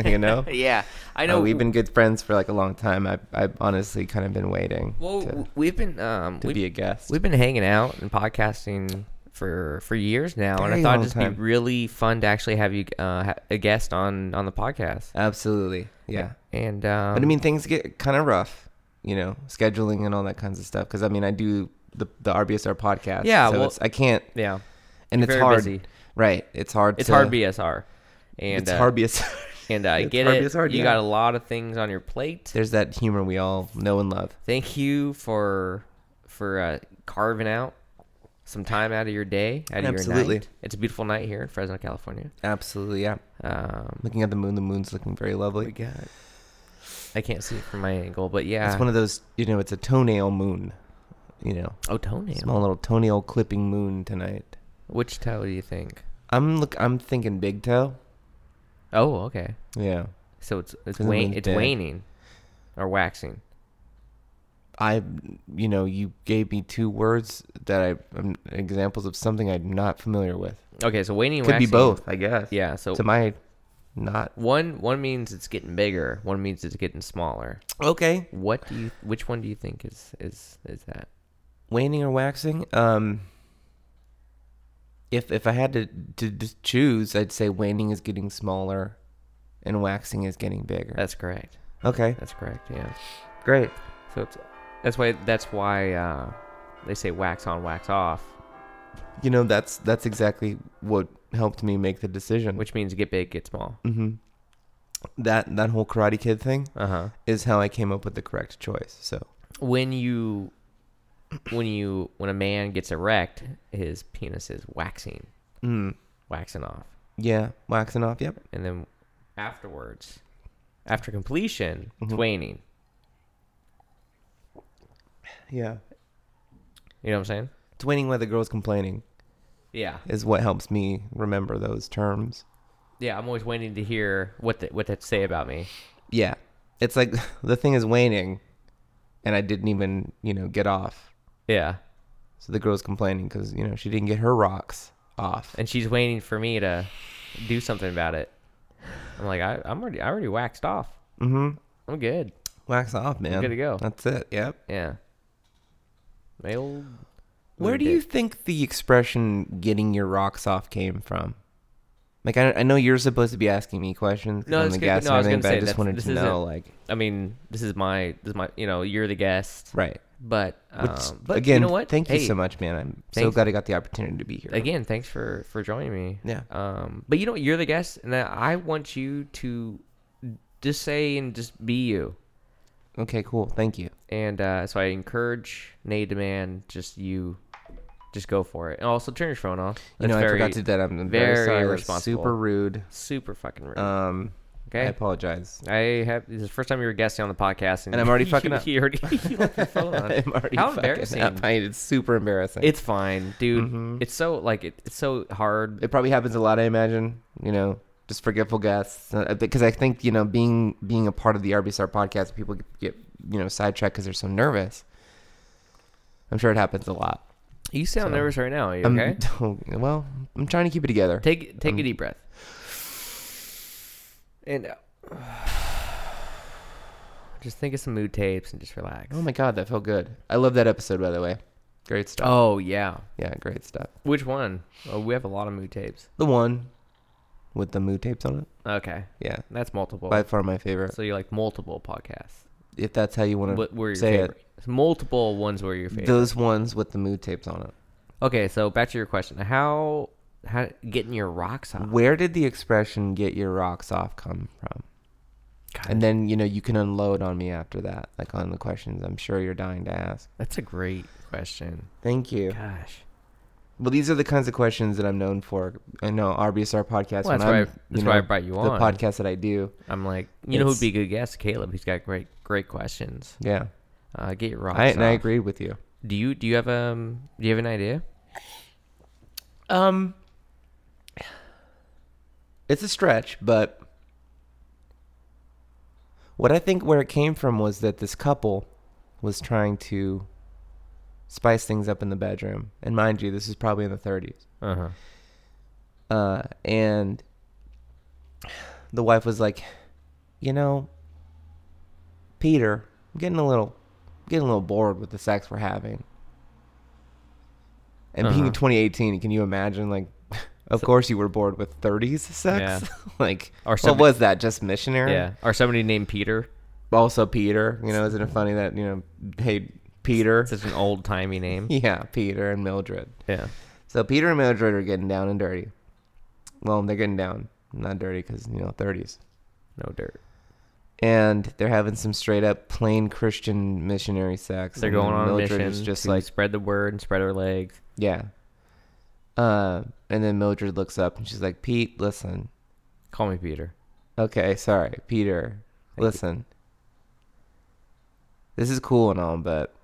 S1: you know.
S3: yeah. I
S1: Uh,
S3: know
S1: we've been good friends for like a long time. I I've honestly kind of been waiting
S3: Well,
S1: to,
S3: w- we've been um
S1: to
S3: we've,
S1: be a guest.
S3: we've been hanging out and podcasting for for years now, and I
S1: Very
S3: thought
S1: long
S3: it'd just
S1: time.
S3: be really fun to actually have you uh, ha- a guest on on the podcast.
S1: Absolutely. Yeah.
S3: And um,
S1: But I mean, things get kind of rough, you know, scheduling and all that kinds of stuff. Because I mean, I do the the RBSR podcast.
S3: Yeah,
S1: so
S3: well-
S1: it's, I can't,
S3: yeah,
S1: and
S3: You're
S1: it's
S3: very
S1: hard.
S3: busy.
S1: Right, it's hard.
S3: it's
S1: to,
S3: hard BSR, and
S1: It's
S3: uh,
S1: hard BSR.
S3: and uh, I
S1: it's
S3: get
S1: hard
S3: it.
S1: BSR,
S3: you
S1: yeah.
S3: got a lot of things on your plate.
S1: There's that humor we all know and love.
S3: Thank you for for uh, carving out some time out of your day, out of
S1: Absolutely.
S3: your night. It's a beautiful night here in Fresno, California.
S1: Absolutely, yeah.
S3: Um,
S1: Looking at the moon, the moon's looking very lovely.
S3: God. I can't see it from my angle, but yeah.
S1: It's one of those, you know, it's a toenail moon. You know,
S3: oh, toenail.
S1: small little toenail clipping moon tonight.
S3: Which toe do you think?
S1: I'm look. I'm thinking big toe.
S3: Oh, okay.
S1: Yeah,
S3: So it's it's,
S1: Doesn't
S3: wa-
S1: mean
S3: it's
S1: big.
S3: waning or waxing.
S1: I, you know, you gave me two words that I um, examples of something I'm not familiar with.
S3: Okay, so waning and
S1: Could be
S3: waxing.
S1: both, I guess.
S3: Yeah, so
S1: To my, not
S3: one one means it's getting bigger, one means it's getting smaller.
S1: okay.
S3: What do you which one do you think is is is that?
S1: Waning or waxing. Um. If if I had to to just choose, I'd say waning is getting smaller, and waxing is getting bigger.
S3: That's correct.
S1: okay.
S3: That's correct. Yeah.
S1: Great.
S3: So it's that's why that's why uh, they say wax on, wax off,
S1: You know, that's that's exactly what helped me make the decision.
S3: which means get big, get small.
S1: hmm that that whole Karate Kid thing
S3: Uh huh.
S1: is how I came up with the correct choice. So
S3: when you when you when a man gets erect his penis is waxing
S1: mm,
S3: waxing off
S1: yeah, waxing off. Yep.
S3: and then afterwards after completion it's
S1: Mm-hmm.
S3: waning
S1: Yeah.
S3: you know what i'm saying
S1: It's waning while the girl's complaining
S3: yeah
S1: is what helps me remember those terms.
S3: yeah i'm always waiting to hear what the, what they say about me
S1: Yeah. It's like the thing is waning, and I didn't even you know get off.
S3: yeah
S1: So the girl's complaining because you know she didn't get her rocks off.
S3: and she's waiting for me to do something about it i'm like I, i'm already i already waxed off
S1: Mm-hmm.
S3: i'm good
S1: Wax off, man.
S3: good to go.
S1: That's it. Yep.
S3: yeah my old
S1: Where
S3: moon
S1: do you
S3: dick.
S1: think the expression "getting your rocks off" came from? Like, I, I know you're supposed to be asking me questions. 'cause
S3: No,
S1: I'm
S3: it's
S1: the
S3: good-
S1: guest
S3: no, I
S1: and
S3: was
S1: everything,
S3: gonna
S1: but
S3: say
S1: I just
S3: that's-
S1: wanted
S3: this
S1: to
S3: isn't-
S1: know, like,
S3: i mean this is my this is my you know you're the guest
S1: right?
S3: But, um,
S1: Which,
S3: but
S1: again,
S3: you know what?
S1: thank you
S3: Hey,
S1: so much, man. I'm so
S3: thanks-
S1: glad I got the opportunity to be here.
S3: Again, thanks for for joining me.
S1: Yeah.
S3: Um, but you know what? You're the guest, and I I want you to just say and just be you.
S1: Okay, cool. Thank you.
S3: And uh, so I encourage, nay, demand, just you, just go for it. And also turn your phone off.
S1: You
S3: That's
S1: know, I
S3: very-
S1: forgot to do that. I'm very,
S3: very
S1: sorry. That's
S3: irresponsible.
S1: Super rude.
S3: Super fucking rude.
S1: Um, I
S3: okay.
S1: apologize.
S3: I, have. This is the first time you were guesting on the podcast, and,
S1: And I'm already fucking up.
S3: You already you left your phone on.
S1: I'm already
S3: How
S1: fucking
S3: embarrassing!
S1: up. Mm-hmm. I- It's super embarrassing.
S3: It's fine, dude. It's so like it, it's so hard.
S1: it probably happens a lot. I imagine. You know, just forgetful guests. Uh, Because I think you know, being being a part of the RBSR podcast, people get- get you know sidetracked because they're so nervous. I'm sure it happens a lot.
S3: You sound nervous right now. Are you
S1: I'm-
S3: okay?
S1: well, I'm trying to keep it together.
S3: Take take a deep breath. And out. just think of some mood tapes and just relax.
S1: oh my god, that felt good. I love that episode, by the way. Great stuff.
S3: Oh, yeah.
S1: Yeah, great stuff.
S3: Which one? Oh, we have a lot of mood tapes.
S1: The one with the moo tapes on it.
S3: Okay.
S1: Yeah,
S3: That's multiple.
S1: by far my favorite.
S3: So you like multiple podcasts.
S1: If that's how you want
S3: What were
S1: to
S3: your
S1: say
S3: favorite? Multiple ones were your
S1: it,
S3: favorite.
S1: those ones with the moo tapes on it.
S3: okay, so back to your question. How how getting your rocks off?
S1: Where did the expression "get your rocks off" come from? And then, you know, you can unload on me after that, like on the questions I'm sure you're dying to ask.
S3: That's a great question.
S1: Thank you.
S3: Gosh.
S1: Well, these are the kinds of questions that I'm known for. I know RBSR podcast.
S3: Well, that's
S1: when
S3: why I-
S1: I'm,
S3: that's
S1: you
S3: why I
S1: know,
S3: brought you
S1: the
S3: on.
S1: podcast that I do.
S3: I'm like, you know who'd
S1: It's-
S3: be a good guest? Caleb. He's got great, great questions.
S1: Yeah,
S3: Uh, get your rocks
S1: I, and I
S3: off.
S1: agree with you.
S3: Do you do you have um do you have an idea?
S1: Um, it's a stretch, but what I think where it came from was that this couple was trying to spice things up in the bedroom, and mind you, this is probably in the 30s.
S3: Uh huh.
S1: uh, and the wife was like, you know, Peter, I'm getting a little, getting a little bored with the sex we're having. And being
S3: Uh-huh.
S1: in 2018, can you imagine? Like, of course you were bored with 30s sex.
S3: Yeah.
S1: like,
S3: Or
S1: what
S3: some-
S1: was that? Just missionary.
S3: Yeah. Or somebody named Peter.
S1: Also, Peter. You know, isn't it funny that you know, hey, Peter.
S3: Such an old timey name.
S1: yeah, Peter and Mildred.
S3: Yeah.
S1: So Peter and Mildred are getting down and dirty. Well, they're getting down, not dirty because you know thirties,
S3: No dirt.
S1: and they're having some straight up plain Christian missionary sex.
S3: They're
S1: and
S3: going on a
S1: Mildred
S3: mission.
S1: is just
S3: to
S1: like
S3: spread the word and spread our legs.
S1: yeah. Uh, and then Mildred looks up and she's like, "Pete, listen.
S3: Call me Peter.
S1: Okay, sorry, Peter, listen. This is cool and all, but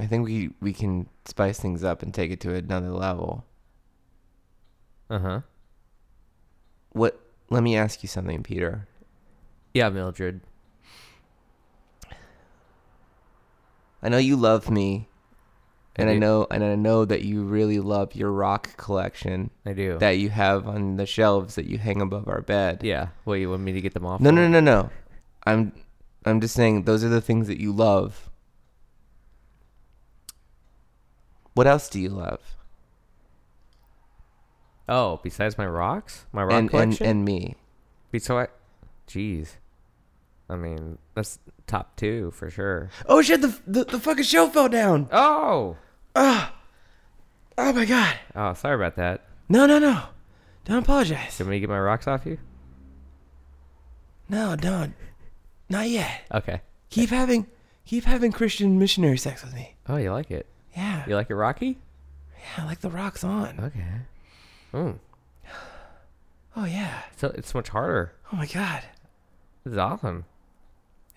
S1: I think we we can spice things up and take it to another level."
S3: Uh huh.
S1: What? Let me ask you something, Peter.
S3: Yeah, Mildred.
S1: I know you love me,
S3: I
S1: and I,
S3: do.
S1: know and I know that you really love your rock collection
S3: I do.
S1: that you have on the shelves that you hang above our bed.
S3: yeah. Well, you want me to get them off?
S1: No,
S3: for
S1: no,
S3: you?
S1: no, no. I'm I'm just saying those are the things that you love. What else do you love?
S3: Oh, besides my rocks, my rock
S1: and, and
S3: collection.
S1: and me.
S3: besides, jeez. I mean, that's top two for sure.
S1: Oh shit! The the, the fucking show fell down. Ah.
S3: Oh.
S1: Oh my god.
S3: Oh, sorry about that.
S1: No, no, no. Don't apologize.
S3: Do you want me to get my rocks off you?
S1: No, don't. Not yet.
S3: Okay.
S1: Keep having keep having Christian missionary sex with me.
S3: Oh, you like it?
S1: Yeah.
S3: You like it rocky?
S1: Yeah, I like the rocks on.
S3: Okay. Mm.
S1: Oh yeah.
S3: So it's much harder.
S1: Oh my god.
S3: This is awesome.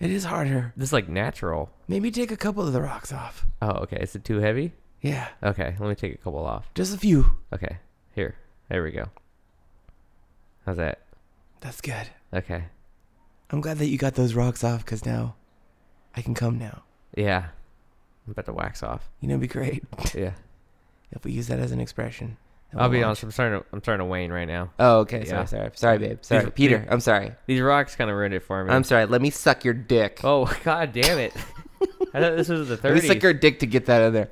S1: It is harder.
S3: This is like natural.
S1: Maybe take a couple of the rocks off.
S3: Oh, okay. Is it too heavy?
S1: Yeah.
S3: Okay, let me take a couple off.
S1: Just a few.
S3: Okay, here. There we go. How's that?
S1: That's good.
S3: Okay.
S1: I'm glad that you got those rocks off cuz now I can come now.
S3: Yeah. I'm about to wax off.
S1: You know, it'd be great
S3: Yeah.
S1: if we use that as an expression. That
S3: I'll
S1: we'll
S3: be
S1: launch.
S3: honest. I'm starting. To, I'm starting to wane right now.
S1: Oh, okay. Sorry,
S3: Yeah.
S1: sorry. Sorry, babe. Sorry.
S3: These-
S1: Peter,
S3: these-
S1: I'm sorry.
S3: These rocks kind of ruined it for me.
S1: I'm sorry. Let me suck your dick.
S3: Oh God damn it! I thought this was the
S1: Let me suck
S3: 30s.
S1: your dick to get that out of there.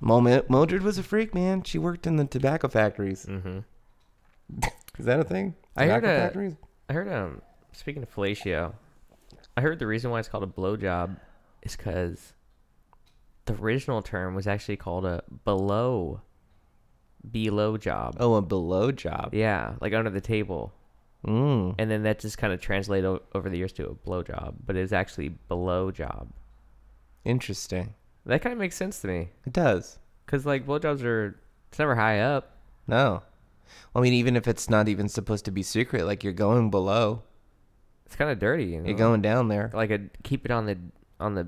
S1: Moment. Mildred was a freak, man. She worked in the tobacco factories. Mm-hmm. Is that a thing?
S3: I heard
S1: Tobacco
S3: a-
S1: factories?
S3: I heard. Um, speaking of fellatio, I heard the reason why it's called a blowjob is because the original term was actually called a below, below job.
S1: Oh, a below job.
S3: Yeah, like under the table.
S1: Mm.
S3: And then that just kind of translated o- over the years to a blowjob, but it was actually below job.
S1: Interesting.
S3: That kind of makes sense to me.
S1: It does.
S3: Because, like, blowjobs are, it's never high up.
S1: No. Well, I mean, even if it's not even supposed to be secret, like you're going below,
S3: It's kind of dirty. You know?
S1: you're going down there.
S3: Like, a, keep it on the, on the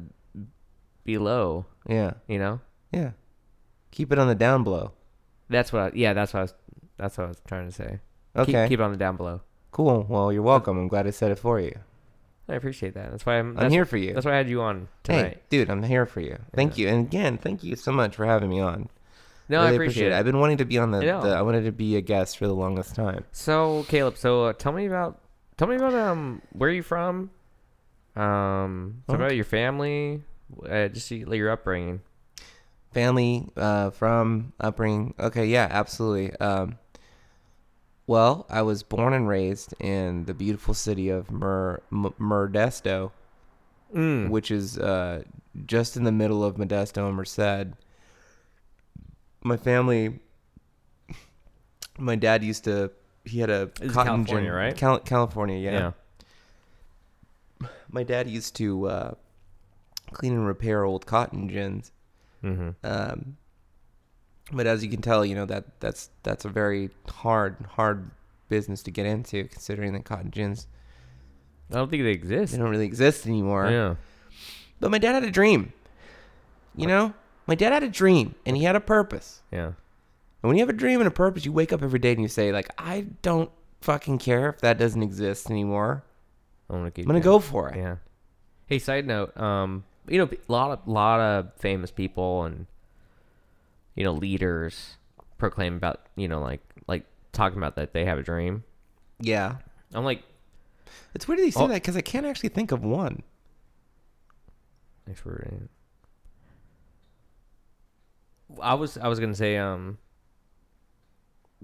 S3: below,
S1: Yeah.
S3: you know?
S1: Yeah. Keep it on the down below.
S3: That's what, I, yeah, that's what I was, that's what I was trying to say.
S1: Okay.
S3: Keep, keep it on the down below.
S1: Cool. Well, you're welcome. I'm glad I said it for you.
S3: I appreciate that. That's why I'm,
S1: I'm
S3: that's,
S1: here for you.
S3: That's why I had you on
S1: hey,
S3: tonight.
S1: dude, I'm here for you. Thank you. And again, thank you so much for having me on.
S3: No, I
S1: Really
S3: appreciate it.
S1: I've been wanting to be on the,
S3: I know.
S1: the. I wanted to be a guest for the longest time.
S3: So Caleb, so uh, tell me about tell me about um where you from, um tell me
S1: Okay.
S3: about your family, uh, just y- like your upbringing.
S1: family uh, from upbringing okay yeah absolutely um, well i was born and raised in the beautiful city of Mur- M- modesto
S3: Mm.
S1: which is uh, just in the middle of modesto and merced my family my dad used to he had a
S3: This is
S1: cotton
S3: California,
S1: gin
S3: right?
S1: Cal- california yeah, my dad used to uh, clean and repair old cotton gins.
S3: Mm-hmm.
S1: Um, but as you can tell, you know that that's that's a very hard hard business to get into, considering that cotton gins
S3: I don't think they exist.
S1: they don't really exist anymore.
S3: Yeah.
S1: But my dad had a dream. You know, my dad had a dream, and he had a purpose.
S3: Yeah.
S1: And when you have a dream and a purpose, you wake up every day and you say, like, I don't fucking care if that doesn't exist anymore.
S3: I'm gonna keep.
S1: I'm gonna
S3: doing
S1: go
S3: it.
S1: for it.
S3: Yeah. Hey, side note. Um, you know, a lot of lot of famous people and you know leaders proclaim about you know like like talking about that they have a dream.
S1: Yeah.
S3: I'm like,
S1: It's weird that you say
S3: Oh.
S1: that because I can't actually think of one.
S3: thanks for. reading it. I was I was gonna say um.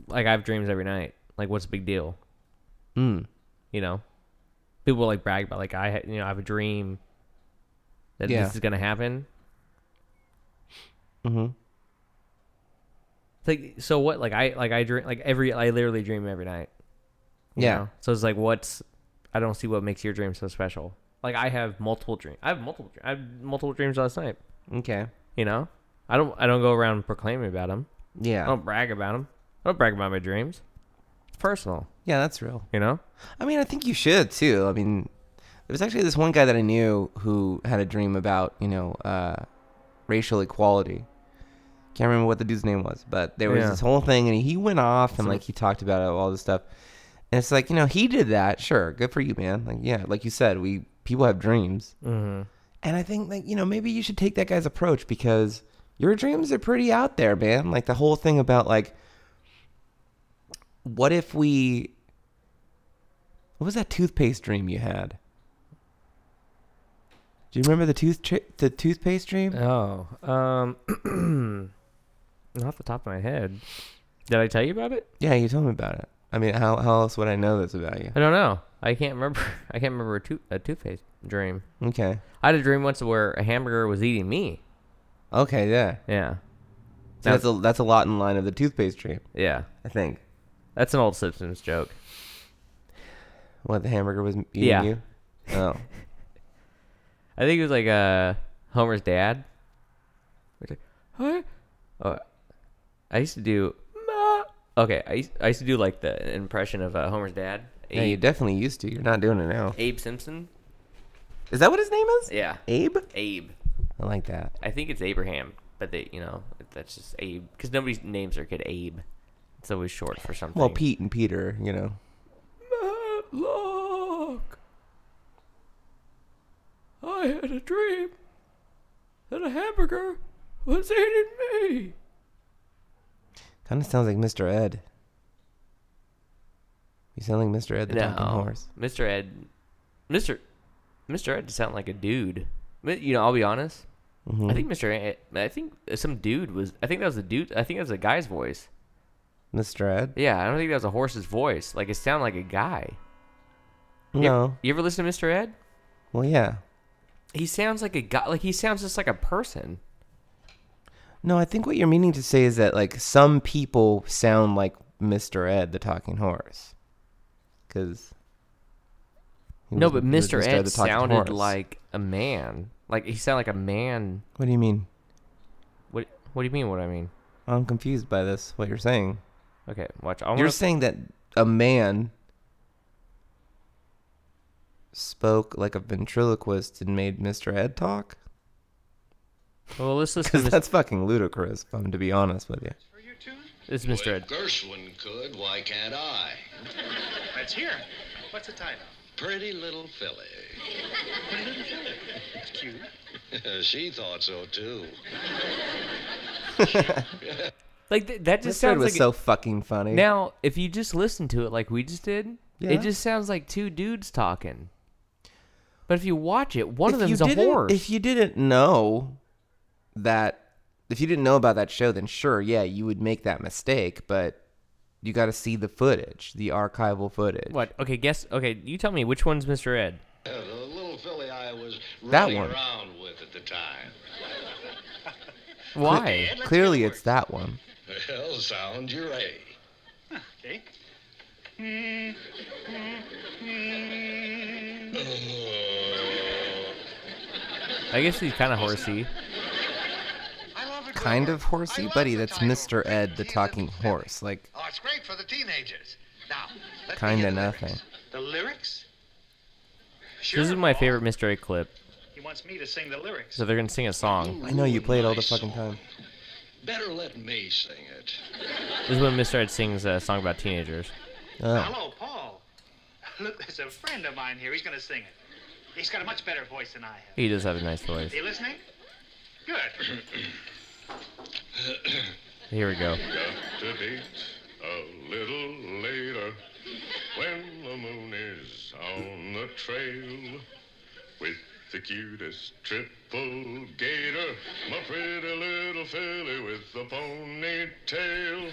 S3: Like I have dreams every night. Like, what's the big deal? Hmm.
S1: Mm.
S3: You know, people like brag about like I ha- you know I have a dream that
S1: Yeah.
S3: this is gonna happen. Mm-hmm.
S1: hmm
S3: It's like so what like i like i dream like every i literally dream every night you
S1: Yeah.
S3: know? so it's like what's i don't see what makes your dream so special like i have multiple dreams i have multiple dreams i have multiple dreams last night
S1: Okay.
S3: you know i don't i don't go around proclaiming about them
S1: Yeah.
S3: i don't brag about them i don't brag about my dreams it's personal
S1: Yeah, that's real.
S3: you know
S1: I mean, I think you should too. I mean, there was actually this one guy that I knew who had a dream about, you know, uh, racial equality. Can't remember what the dude's name was, but there was
S3: Yeah.
S1: this whole thing, and he went off and
S3: So-
S1: like he talked about it, all this stuff. And it's like, you know, he did that. Sure, good for you, man. Like, yeah, like you said, we people have dreams,
S3: mm-hmm.
S1: and I think like you know maybe you should take that guy's approach because your dreams are pretty out there, man. Like the whole thing about like, what if we? What was that toothpaste dream you had? Do you remember the tooth tri- the toothpaste dream?
S3: oh um not the top of my head did i tell you about it
S1: yeah, you told me about it. I mean, how how else would I know this about you?
S3: i don't know i can't remember i can't remember a, tooth a toothpaste dream
S1: Okay,
S3: I had a dream once where a hamburger was eating me.
S1: okay, yeah.
S3: Yeah.
S1: So that's a that's a lot in line of the toothpaste dream,
S3: Yeah.
S1: I think.
S3: That's an old Simpsons joke.
S1: What the hamburger was eating
S3: Yeah.
S1: you? Oh,
S3: I think it was like uh, Homer's dad. He's like, huh? Oh, I used to do. Ma. Okay, I used, I used to do like the impression of uh, Homer's dad.
S1: yeah, you
S3: Abe,
S1: definitely used to. You're not doing it now.
S3: Abe Simpson?
S1: Is that what his name is?
S3: Yeah.
S1: Abe?
S3: Abe.
S1: I like that.
S3: I think it's Abraham, but they, you know, that's just Abe. Because nobody names their kid Abe. It's always short for something.
S1: Well, Pete and Peter, you know.
S3: Matlock. I had a dream that a hamburger was eating me.
S1: Kind of sounds like Mr. Ed. You sound like Mr. Ed the Talking Horse.
S3: Mr. Ed, Mr. Mr. Ed sound like a dude. But, You know, I'll be honest. I think Mr. Ed, I think some dude was. I think that was a dude. I think that was a guy's voice.
S1: Mr. Ed?
S3: Yeah, I don't think that was a horse's voice. Like it sounded like a guy. You-
S1: No.
S3: You ever listen to Mr. Ed?
S1: Well, yeah.
S3: He sounds like a guy. Like he sounds just like a person.
S1: No, I think what you're meaning to say is that, like, some people sound like Mr. Ed the Talking Horse. Because.
S3: No, but Mr. Ed sounded like a man. Like he sounded like a man.
S1: What do you mean?
S3: What What do you mean? What I mean?
S1: I'm confused by this, what you're saying.
S3: Okay, watch. I'm
S1: You're
S3: gonna,
S1: saying that a man spoke like a ventriloquist and made Mr. Ed talk?
S3: well, let's listen.
S1: Because
S3: To Mr.
S1: that's fucking ludicrous, if I'm to be honest with you.
S3: This is Mr.
S5: Well,
S3: Ed.
S5: If Gershwin could, why can't I?
S6: That's here. What's the title?
S5: Pretty little filly.
S6: My little fella. That's cute.
S5: she thought so too.
S3: Like th- that just
S1: This Ed
S3: sounds
S1: was
S3: like.
S1: so fucking funny.
S3: now, if you just listen to it like we just did,
S1: Yeah.
S3: it just sounds like two dudes talking. But if you watch it, one of
S1: If you
S3: them's a
S1: didn't-
S3: horse.
S1: If you didn't know that, if you didn't know about that show, then sure, yeah, you would make that mistake, but you got to see the footage, the archival footage.
S3: what? Okay, guess. Okay, you tell me which one's Mr. Ed.
S5: The little filly I was
S1: That
S5: running
S1: one.
S5: around with at the time.
S3: Why?
S1: Clearly, it's that one.
S5: Well, sound your A.
S6: Okay.
S5: Oh.
S3: I guess he's kind of horsey.
S7: I love it.
S1: Kind
S7: Wilbur.
S1: of horsey,
S7: I
S1: buddy.
S7: love the
S1: That's
S7: title.
S1: Mr. Ed, the
S7: Here's
S1: talking
S7: pathetic.
S1: horse. Like,
S7: Oh, it's great for the teenagers. Now, let me
S1: kind
S7: hear
S1: of
S7: the
S1: nothing.
S7: lyrics.
S6: The lyrics? Sure.
S3: This is my favorite Mr. Egg clip.
S6: He wants me to sing the lyrics.
S3: So they're gonna sing a song.
S1: I know you play it all the
S5: Nice
S1: fucking
S5: song.
S1: time.
S5: Better let me sing it.
S3: This is when Mr. Ed sings a song about teenagers.
S1: Oh,
S6: Hello, Paul. Look, there's a friend of mine here. He's going to sing it. He's got a much better voice than I have.
S3: He does have a nice voice.
S6: Are you listening? Good.
S3: Here we go.
S5: Just a bit, a little later, when the moon is on the trail, with the cutest triple gator, my pretty little filly with the ponytail.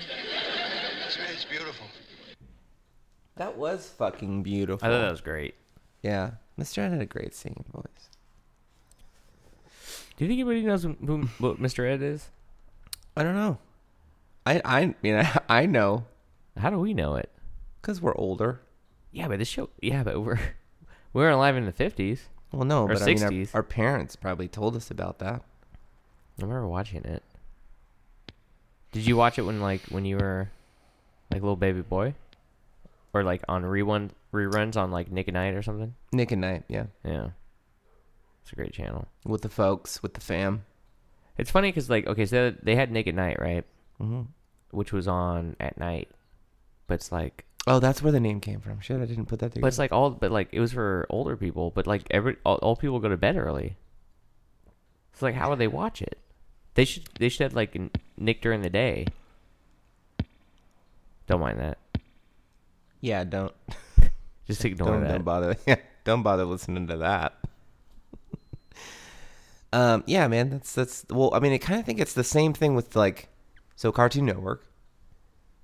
S7: It's, it's beautiful.
S1: that was fucking beautiful.
S3: I thought that was great.
S1: Yeah, Mr. Ed had a great singing voice.
S3: Do you think anybody knows who, who what Mr. Ed is?
S1: I don't know. I I mean I, I know
S3: How do we know it?
S1: because we're older.
S3: Yeah, but this show. Yeah, but we're we weren't alive in the fifties.
S1: Well, no,
S3: Or
S1: but I mean, our,
S3: 60s.
S1: our parents probably told us about that.
S3: I remember watching it. Did you watch it when like when you were like a little baby boy, or like on rerun reruns on like Nick at Night or something?
S1: Nick and Knight, yeah,
S3: Yeah, it's a great channel.
S1: with the folks, with the fam.
S3: It's funny because like okay, so they had Nick at Night, right? Mm-hmm. Which was on at night, but it's like
S1: Oh, that's where the name came from. Shit, I didn't put that together.
S3: but it's like all but like it was for older people, but like every all, all people go to bed early. It's like how would they watch it? They should they should have like n- Nick during the day. Don't mind that.
S1: yeah, don't
S3: Just ignore
S1: don't,
S3: that.
S1: don't bother. Yeah, don't bother listening to that. um, yeah, man, that's that's well. I mean, I kind of think it's the same thing with like, so Cartoon Network.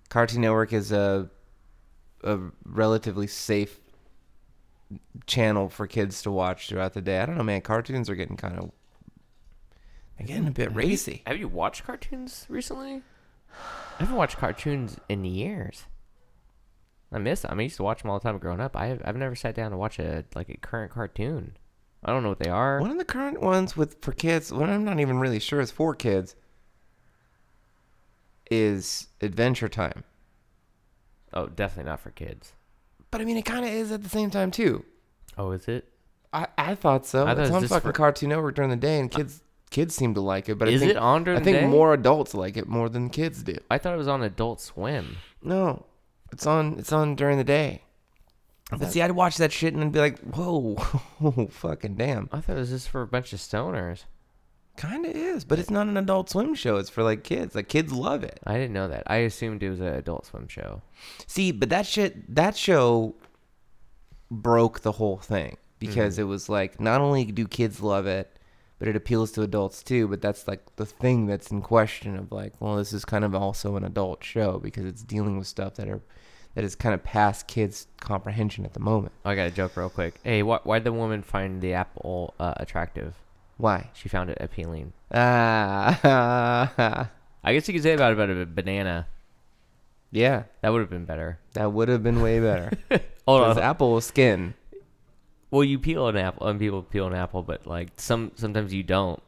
S1: Cartoon Network is a a relatively safe channel for kids to watch throughout the day. I don't know, man. Cartoons are getting kind of they're getting a bit racy.
S3: Have you watched cartoons recently? I haven't watched cartoons in years. I miss them. I used to watch them all the time growing up. I have, I've never sat down to watch a like a current cartoon. I don't know what they are.
S1: One of the current ones with for kids, one I'm not even really sure is for kids, is Adventure Time.
S3: Oh, definitely not for kids.
S1: But I mean, it kind of is at the same time too.
S3: Oh, is it?
S1: I, I thought so.
S3: I thought it
S1: it's
S3: was
S1: on
S3: just
S1: fucking
S3: for-
S1: Cartoon Network during the day, and kids kids seem to like it. But
S3: Is
S1: I think,
S3: it on during
S1: I
S3: the
S1: think
S3: day?
S1: more adults like it more than kids do.
S3: I thought it was on Adult Swim.
S1: No, it's on it's on during the day. But see, I'd watch that shit and I'd be like, "Whoa, fucking damn!"
S3: I thought it was just for a bunch of stoners.
S1: Kind of is, but it's not an Adult Swim show. It's for like kids. Like kids love it.
S3: I didn't know that. I assumed it was an Adult Swim show.
S1: See, but that shit, that show broke the whole thing because
S3: Mm-hmm.
S1: it was like not only do kids love it, but it appeals to adults too. But that's like the thing that's in question of like, well, this is kind of also an adult show because it's dealing with stuff that are that is kind of past kids' comprehension at the moment.
S3: Oh, I got a joke real quick. Hey, why why the woman find the apple uh, attractive?
S1: Why?
S3: She found it appealing.
S1: Ah,
S3: I guess you could say about about a banana.
S1: yeah,
S3: That would have been better.
S1: that would have been way better.
S3: Hold
S1: 'Cause
S3: on.
S1: Apple was skin.
S3: well, you peel an apple, and people peel an apple, but like some sometimes you don't.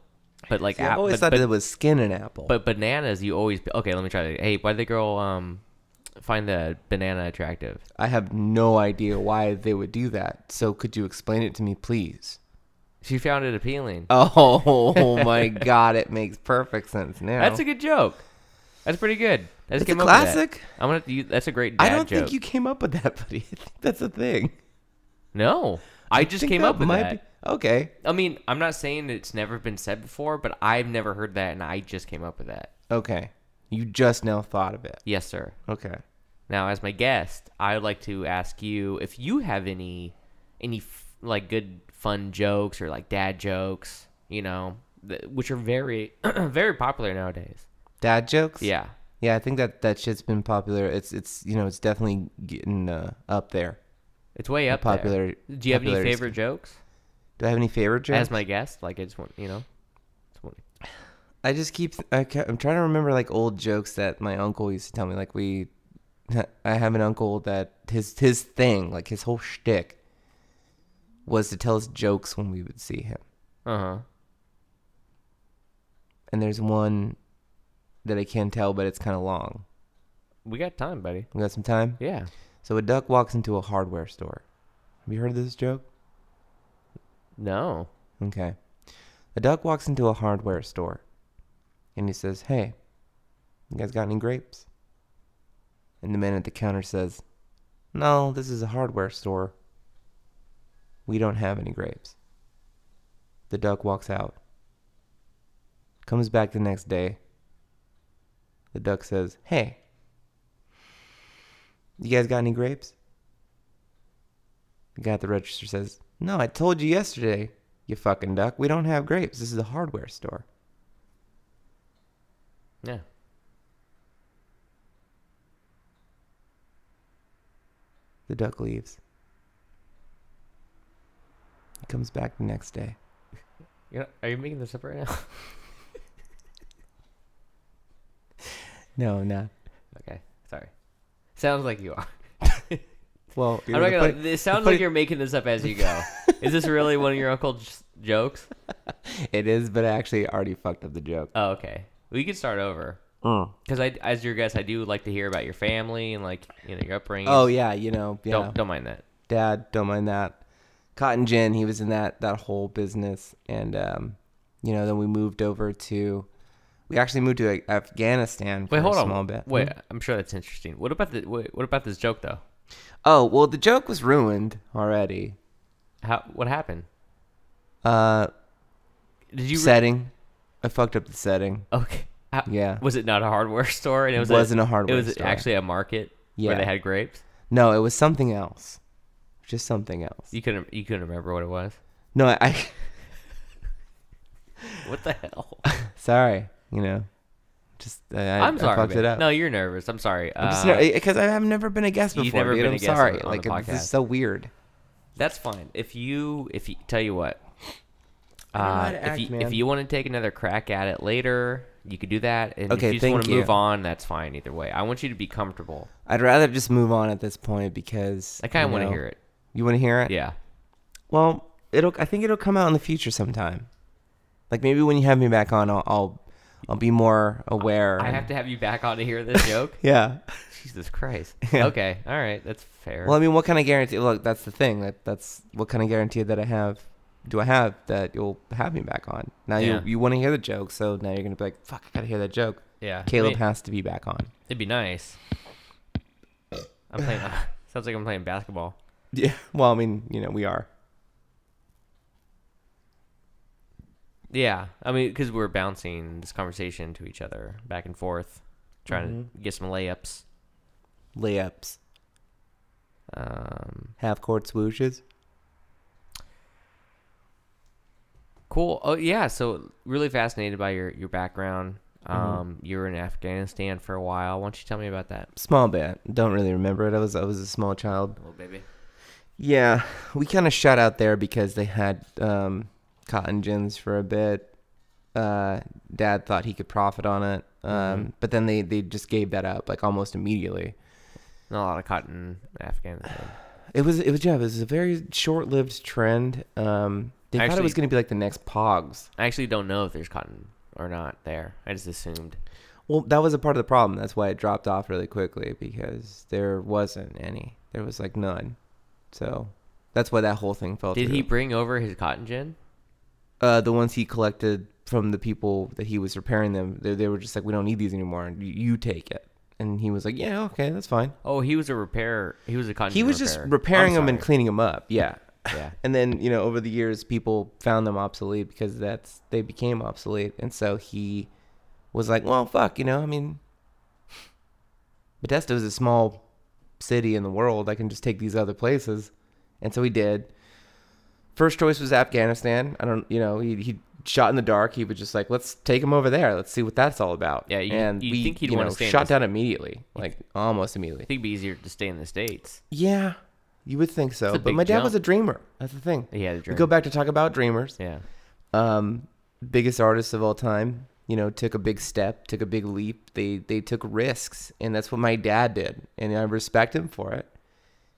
S3: But like
S1: Yeah, I've
S3: app-
S1: always
S3: but,
S1: thought
S3: but,
S1: that it was skin and apple.
S3: but bananas, you always pe- okay. Let me try that. Hey, why the girl um find the banana attractive?
S1: I have no idea why they would do that. So could you explain it to me, please?
S3: She found it appealing.
S1: Oh my god, it makes perfect sense now.
S3: That's a good joke. That's pretty good. I just
S1: It's a
S3: came up with that.
S1: classic.
S3: I'm gonna. have to use- that's a great. Dad
S1: I don't
S3: joke.
S1: think you came up with that, buddy. I think that's a thing.
S3: No, I, just
S1: Think
S3: came up with
S1: might
S3: that.
S1: be- okay.
S3: I mean, I'm not saying it's never been said before, but I've never heard that, and I just came up with that.
S1: Okay. You just now thought of it.
S3: Yes, sir.
S1: Okay.
S3: Now, as my guest, I would like to ask you if you have any, any f- like good fun jokes or like dad jokes, you know, th- which are very, very popular nowadays.
S1: Dad jokes?
S3: Yeah.
S1: Yeah, I think that that shit's been popular. It's it's you know, it's definitely getting uh, up there.
S3: It's way up there.
S1: popular-
S3: Do you have any
S1: popularity
S3: favorite jokes?
S1: Do I have any favorite jokes?
S3: As my guest, like I just want you know, just want-
S1: I just keep. I ca- I'm trying to remember like old jokes that my uncle used to tell me. Like we, I have an uncle that his his thing, like his whole shtick, was to tell us jokes when we would see him.
S3: uh huh.
S1: and there's one that I can't tell, but it's kind of long.
S3: We got time, buddy.
S1: We got some time?
S3: Yeah.
S1: So a duck walks into a hardware store. Have you heard of this joke?
S3: No.
S1: Okay. A duck walks into a hardware store and he says, Hey, you guys got any grapes? And the man at the counter says, No, this is a hardware store. We don't have any grapes. The duck walks out. Comes back the next day. The duck says, Hey, you guys got any grapes? The guy at the register says, No, I told you yesterday, you fucking duck. We don't have grapes. This is a hardware store.
S3: Yeah.
S1: The duck leaves. He comes back the next day.
S3: You know, are you making this up right now?
S1: No, I'm not.
S3: okay. Sorry. Sounds like you are.
S1: Well,
S3: I'm not gonna. it sounds like you're making this up as you go. Is this really one of your uncle's jokes?
S1: It is, but I actually already fucked up the joke.
S3: Oh, okay. We could start over.
S1: Mm.
S3: Because I, as your guest, I do like to hear about your family and like you know your upbringing.
S1: Oh yeah, you know, yeah.
S3: Don't don't mind that.
S1: Dad, don't mind that. Cotton Gin, he was in that that whole business, and um, you know, then we moved over to, we actually moved to like, Afghanistan for
S3: Wait, hold
S1: a
S3: on.
S1: small bit. Hmm?
S3: Wait, I'm sure that's interesting. What about the wait, what about this joke though?
S1: Oh well, the joke was ruined already.
S3: How what happened?
S1: Uh,
S3: Did you re-
S1: setting, I fucked up the setting.
S3: okay? How-
S1: Yeah.
S3: Was it not a hardware store? And it was
S1: Wasn't a
S3: It
S1: hardware
S3: was
S1: store.
S3: actually a market where
S1: Yeah.
S3: they had grapes.
S1: No, it was something else, just something else.
S3: You couldn't you couldn't remember what it was.
S1: No, I, I
S3: What the hell?
S1: sorry, you know, just I, I-
S3: I'm
S1: I
S3: sorry.
S1: fucked
S3: man.
S1: it up.
S3: No, you're nervous. I'm sorry.
S1: I'm just
S3: Uh,
S1: because I've never been a guest before.
S3: You've never
S1: dude.
S3: been
S1: I'm
S3: a guest on-
S1: sorry.
S3: on
S1: like
S3: the
S1: it- this
S3: podcast.
S1: is so weird.
S3: That's fine. If you, if you, tell you what,
S1: don't know how
S3: uh,
S1: to
S3: if
S1: act,
S3: you if
S1: man.
S3: you want to take another crack at it later, you could do that. And
S1: Okay,
S3: if you just want to
S1: thank you.
S3: move on, that's fine either way. I want you to be comfortable.
S1: I'd rather just move on at this point because
S3: I kind of
S1: you
S3: want to
S1: know,
S3: hear it.
S1: You want to hear it?
S3: Yeah.
S1: Well, it'll. I think it'll come out in the future sometime. Like maybe when you have me back on, I'll I'll, I'll be more aware.
S3: I
S1: and-
S3: have to have you back on to hear this joke.
S1: Yeah.
S3: Jesus Christ.
S1: Yeah.
S3: Okay. All right. That's fair.
S1: Well, I mean, what kind of guarantee? Look, that's the thing. That that's what kind of guarantee that I have. Do I have that you'll have me back on? Now
S3: Yeah.
S1: you you want to hear the joke, so now you're gonna be like, "Fuck, I gotta hear that joke."
S3: yeah. I
S1: Caleb
S3: mean,
S1: has to be back on.
S3: It'd be nice. I'm playing. sounds like I'm playing basketball.
S1: Yeah. Well, I mean, you know, we are.
S3: Yeah, I mean, because we're bouncing this conversation to each other back and forth, trying
S1: Mm-hmm.
S3: to get some layups.
S1: layups,
S3: Um,
S1: half court swooshes.
S3: cool. Oh yeah, so really fascinated by your your background.
S1: Mm-hmm.
S3: Um, you were in Afghanistan for a while. Why don't you tell me about that?
S1: Small bit. Don't really remember it. I was I was a small child.
S3: Little baby.
S1: Yeah, we kind of shut out there because they had um, cotton gins for a bit. Uh, Dad thought he could profit on it, um,
S3: Mm-hmm.
S1: but then they they just gave that up like almost immediately.
S3: Not a lot of cotton in Afghanistan.
S1: It was it was yeah, it was a very short lived trend. Um, they thought it
S3: Actually-
S1: was going to be like the next Pogs.
S3: I actually don't know if there's cotton or not there. I just assumed.
S1: Well, that was a part of the problem. That's why it dropped off really quickly because there wasn't any. There was like none. So that's why that whole thing fell
S3: Did
S1: through.
S3: he bring over his cotton gin?
S1: Uh, the ones he collected from the people that he was repairing them, they, they were just like, we don't need these anymore. You, you take it. And he was like, yeah, okay, that's fine.
S3: Oh, he was a repair. He was a cotton.
S1: He
S3: gin
S1: was just
S3: repairer. I'm
S1: repairing them and
S3: sorry.
S1: cleaning them up. Yeah.
S3: Yeah.
S1: And then, you know, over the years, people found them obsolete because that's they became obsolete. And so he was like, well, fuck, you know, I mean, Bethesda is a small city in the world. I can just take these other places. And so he did. First choice was Afghanistan. I don't, you know, he, he shot in the dark. He was just like, let's take him over there. Let's see what that's all about.
S3: Yeah, you-
S1: and
S3: you'd
S1: we,
S3: think he'd
S1: you
S3: wanna
S1: know,
S3: stay in
S1: shot
S3: this-
S1: down immediately, like almost immediately.
S3: I think it'd be easier to stay in the states.
S1: Yeah, you would think so.
S3: a
S1: But
S3: big
S1: my dad was a
S3: jump.
S1: dreamer. That's the thing.
S3: He had a
S1: We
S3: dream.
S1: go back to talk about dreamers.
S3: Yeah.
S1: Um, biggest artists of all time. You know, took a big step, took a big leap. They they took risks, and that's what my dad did, and I respect him for it.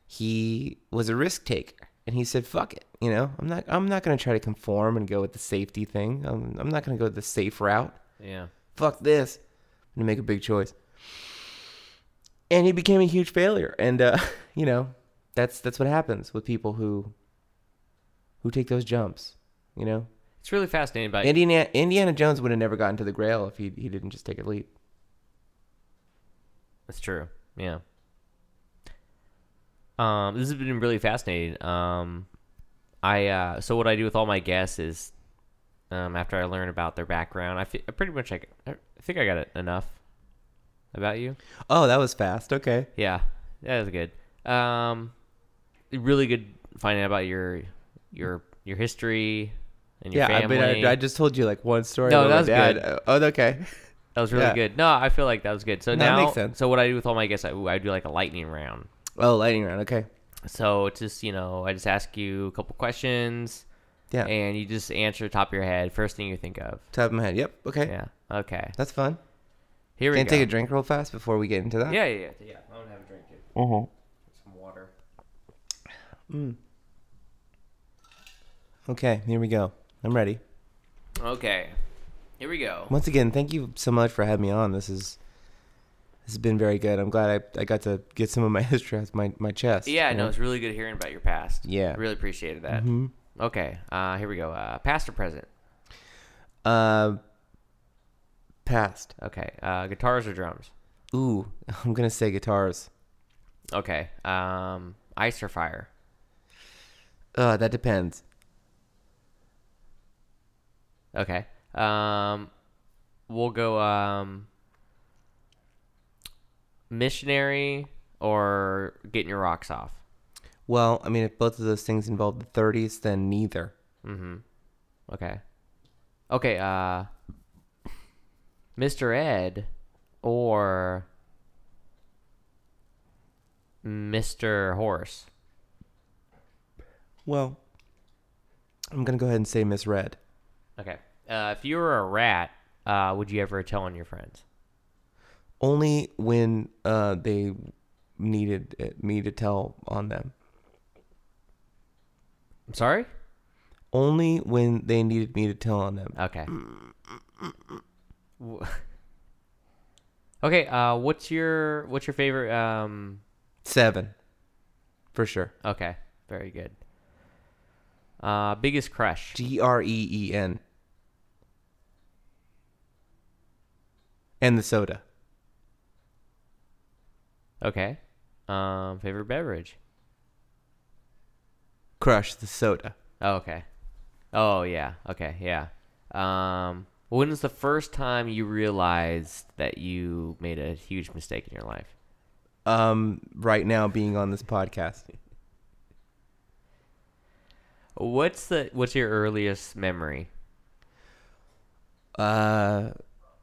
S1: He was a risk taker, and he said, "Fuck it." You know, I'm not I'm not gonna try to conform and go with the safety thing. I'm, I'm not gonna go the safe route.
S3: Yeah.
S1: fuck this. I'm gonna make a big choice. And he became a huge failure. And uh, you know, that's that's what happens with people who who take those jumps. You know,
S3: It's really fascinating, but
S1: Indiana Indiana Jones would have never gotten to the Grail if he he didn't just take a leap.
S3: That's true. Yeah. Um, this has been really fascinating. Um, I uh, so what I do with all my guests is, um, after I learn about their background, I fe- I pretty much I, g- I think I got it enough about you.
S1: Oh, that was fast. Okay.
S3: Yeah, that was good. Um, really good finding out about your your your history and your
S1: Yeah, I
S3: family.
S1: mean, I, I just told you like one story.
S3: No,
S1: about my
S3: that was
S1: dad.
S3: good.
S1: Uh, Oh, okay.
S3: that was really
S1: yeah.
S3: good. No, I feel like that was good. So
S1: No, that
S3: now,
S1: makes sense.
S3: so what I do with all my guests, I, I do like a lightning round.
S1: Oh, lightning round. Okay.
S3: So it's just you know, I just ask you a couple questions,
S1: Yeah.
S3: and you just answer top of your head, first thing you think of.
S1: Top of my head. Yep. Okay.
S3: Yeah. Okay.
S1: That's fun.
S3: Here we
S1: Can I
S3: go.
S1: take a drink real fast before we get into that?
S3: Yeah, yeah, yeah. yeah. I'm gonna have a drink too.
S1: Mhm.
S3: Some water.
S1: Okay. Here we go. I'm ready.
S3: Okay. Here we go.
S1: Once again, thank you so much for having me on. This is this has been very good. I'm glad I, I got to get some of my history off my, my chest.
S3: Yeah,
S1: you
S3: no,
S1: know?
S3: it's really good hearing about your past.
S1: Yeah. Mm-hmm.
S3: Really appreciated that. Okay, uh, here we go. Uh, past or present?
S1: Uh, past.
S3: Okay, uh, guitars or drums?
S1: Ooh, I'm gonna say guitars.
S3: Okay, um, ice or fire?
S1: Uh, that depends.
S3: Okay, um, we'll go um, missionary or getting your rocks off.
S1: Well, I mean, if both of those things involve the 30s, then neither.
S3: Okay, okay, uh, Mr. Ed or Mr. Horse.
S1: Well, I'm gonna go ahead and say misread.
S3: Okay. Uh, if you were a rat, uh, would you ever tell on your friends?
S1: Only when uh, they needed uh, me to tell on them.
S3: I'm sorry?
S1: Only when they needed me to tell on them.
S3: Okay. W- okay, uh, what's your what's your favorite um
S1: Seven, for sure.
S3: okay, very good. Uh biggest crush.
S1: G R E E N. And the soda.
S3: Okay. Um favorite beverage.
S1: Crush the soda.
S3: Oh, okay. Oh yeah. Okay, yeah. Um when was the first time you realized that you made a huge mistake in your life?
S1: Um, right now being on this podcast.
S3: What's the what's your earliest memory?
S1: Uh,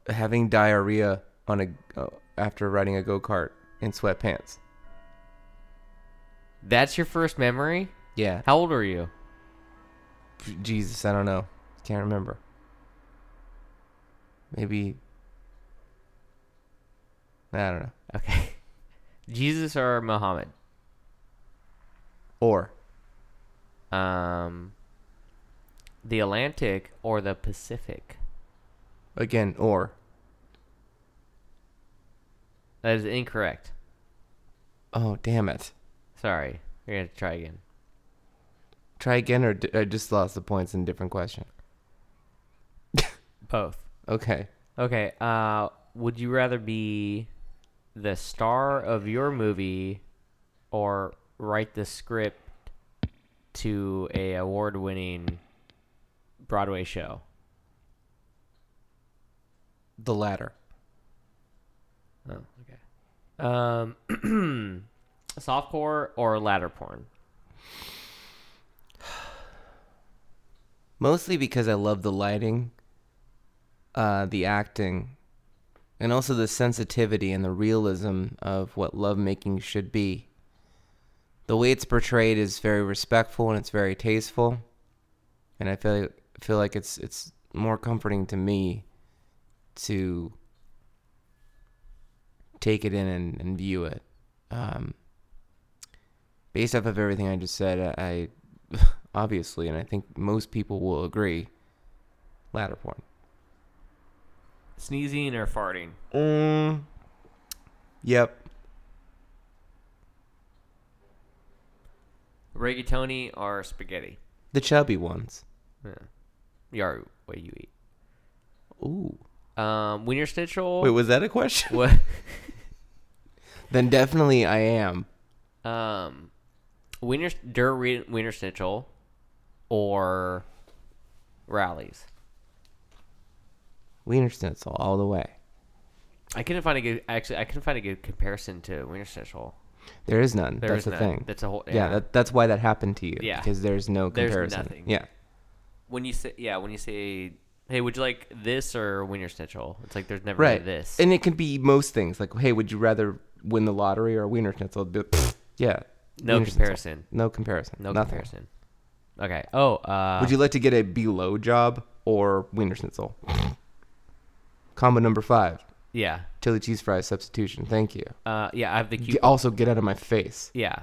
S1: having diarrhea on a uh, after riding a go kart in sweatpants.
S3: That's your first memory?
S1: Yeah.
S3: How old are you?
S1: Jesus, I don't know. Can't remember. Maybe. I don't know.
S3: Okay. Jesus or Muhammad?
S1: Or
S3: Um the Atlantic or the Pacific?
S1: again, or
S3: That is incorrect.
S1: oh damn it.
S3: Sorry. We're going to try again.
S1: Try again, or d- I just lost the points in different question.
S3: Both.
S1: Okay.
S3: Okay. Uh would you rather be the star of your movie or write the script to a award-winning Broadway show?
S1: The latter.
S3: Oh, okay. Um, softcore or ladder porn?
S1: Mostly because I love the lighting, uh, the acting, and also the sensitivity and the realism of what lovemaking should be. The way it's portrayed is very respectful and it's very tasteful, and I feel feel like it's it's more comforting to me to take it in and, and view it. Um, based off of everything I just said, I I- obviously, and I think most people will agree, ladder porn.
S3: Sneezing or farting?
S1: Mm. Yep.
S3: Rigatoni or spaghetti?
S1: The chubby ones.
S3: Yeah. You are what you eat.
S1: Ooh.
S3: Um, when you're snitch roll,
S1: Wait, was that a question?
S3: what?
S1: then definitely I am.
S3: Um, winter der Re- winter snitchel, or rallies.
S1: Wiener Schnitzel all the way.
S3: I couldn't find a good actually. I couldn't find a good comparison to winter snitchel.
S1: There is none.
S3: There
S1: that's
S3: is
S1: the
S3: none.
S1: thing.
S3: That's a whole-
S1: Yeah,
S3: yeah.
S1: that, that's why that happened to you.
S3: Yeah.
S1: Because there's no
S3: There's
S1: comparison.
S3: nothing.
S1: Yeah.
S3: When you say yeah, when you say hey, would you like this or winter snitchel? It's like there's never really
S1: Right.
S3: this.
S1: And it can be most things. Like, hey, would you rather win the lottery or a Wiener Schnitzel? Be- pfft, yeah.
S3: No
S1: Wiener Schnitzel.
S3: comparison.
S1: No comparison.
S3: no
S1: Nothing.
S3: comparison. Okay. Oh, uh,
S1: Would you like to get a below job or Wiener Schnitzel? Combo number five.
S3: yeah,
S1: Chili cheese fries substitution. Thank you.
S3: uh, yeah. I have the
S1: G-
S3: cute.
S1: also, get out of my face.
S3: Yeah.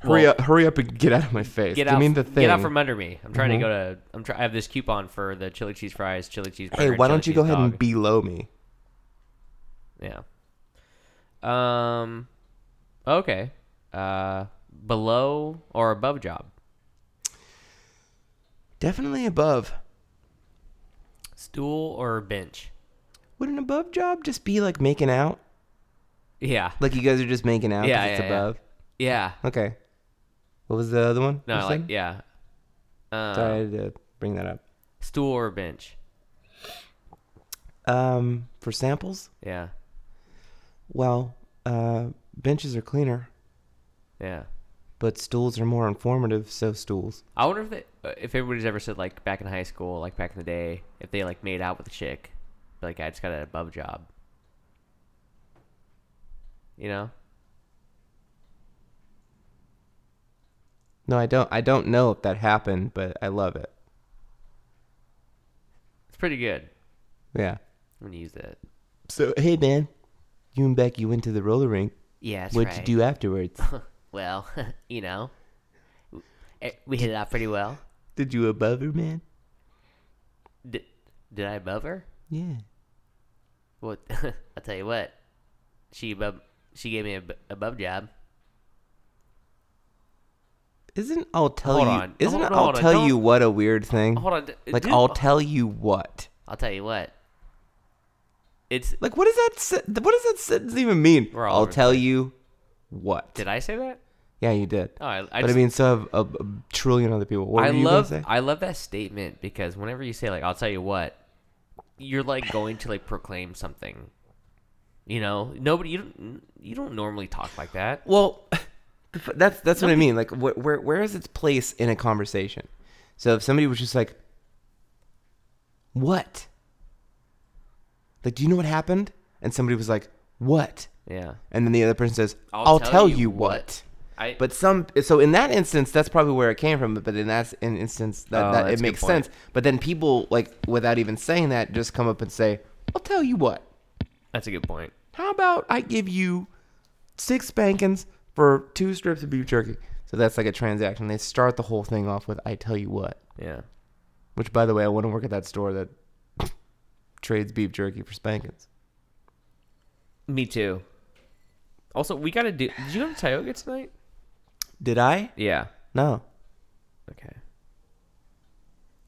S1: Hurry
S3: Well-
S1: up! Hurry up and get out of my face.
S3: Get
S1: I
S3: out,
S1: mean the thing. Mm-hmm.
S3: get out from under me. I'm trying to go to. I'm try, I have this coupon for the chili cheese fries, chili cheese.
S1: hey, why don't you go ahead and below me?
S3: Yeah. Um. Okay. Uh, below or above job?
S1: Definitely above.
S3: Stool or bench?
S1: Would an above job just be like making out?
S3: Yeah.
S1: Like you guys are just making out? 'cause
S3: Yeah,
S1: it's
S3: yeah, yeah.
S1: above.
S3: Yeah.
S1: Okay. What was the other one?
S3: No,
S1: you
S3: I like
S1: said?
S3: yeah. Uh,
S1: Sorry, I had to bring that up.
S3: Stool or bench?
S1: Um, for samples,
S3: Yeah.
S1: well, uh, benches are cleaner,
S3: Yeah.
S1: but stools are more informative. So stools.
S3: I wonder if they, uh, if everybody's ever said like back in high school, like back in the day, if they like made out with a chick, like I just got an above job. You know?
S1: No, I don't. I don't know if that happened, but I love it.
S3: It's pretty good.
S1: Yeah.
S3: I'm gonna use that.
S1: So hey, man, you and Becky went to the roller rink.
S3: Yeah, that's
S1: What'd
S3: right.
S1: you do afterwards?
S3: Well, you know, eh, we hit it out pretty well.
S1: Did you above her, man?
S3: Did, did I above her?
S1: Yeah.
S3: Well, I'll tell you what. She above, she gave me a bu- above job.
S1: Isn't I'll tell
S3: Hold
S1: you?
S3: on.
S1: Isn't
S3: Hold on,
S1: I'll
S3: hold on.
S1: tell you
S3: Don't-
S1: what a weird thing?
S3: Hold on, d-
S1: Like
S3: dude,
S1: I'll
S3: oh.
S1: tell you what.
S3: I'll tell you what. It's
S1: Like what does that? se- What does that sentence even mean?
S3: We're all
S1: I'll
S3: over the
S1: tell you what.
S3: did I say that?
S1: Yeah, you did.
S3: Oh, I, I
S1: but
S3: just-
S1: I mean, so have a, a trillion other people. What
S3: I
S1: were you gonna
S3: love
S1: say?
S3: I love that statement because whenever you say like I'll tell you what, you're like going to like proclaim something. You know, nobody you don't you don't normally talk like that.
S1: Well, that's that's what I mean. Like, wh- where where is its place in a conversation? So if somebody was just like, "What?" Like, do you know what happened? And somebody was like, "What?"
S3: Yeah.
S1: And then the other person says, "I'll, tell, you, what."
S3: I
S1: But some, so in that instance, that's probably where it came from. But in that in instance, that,
S3: Oh,
S1: that
S3: that's
S1: it
S3: a good
S1: makes
S3: point.
S1: sense. But then people, like, without even saying that, just come up and say, "I'll tell you what."
S3: that's a good point.
S1: How about I give you six spankings for two strips of beef jerky? So that's like a transaction. They start the whole thing off with I tell you what.
S3: Yeah.
S1: Which by the way, I want to work at that store that trades beef jerky for spankings.
S3: Me too. Also, we gotta do. Did you go to Tioga tonight?
S1: Did I?
S3: Yeah.
S1: No.
S3: Okay.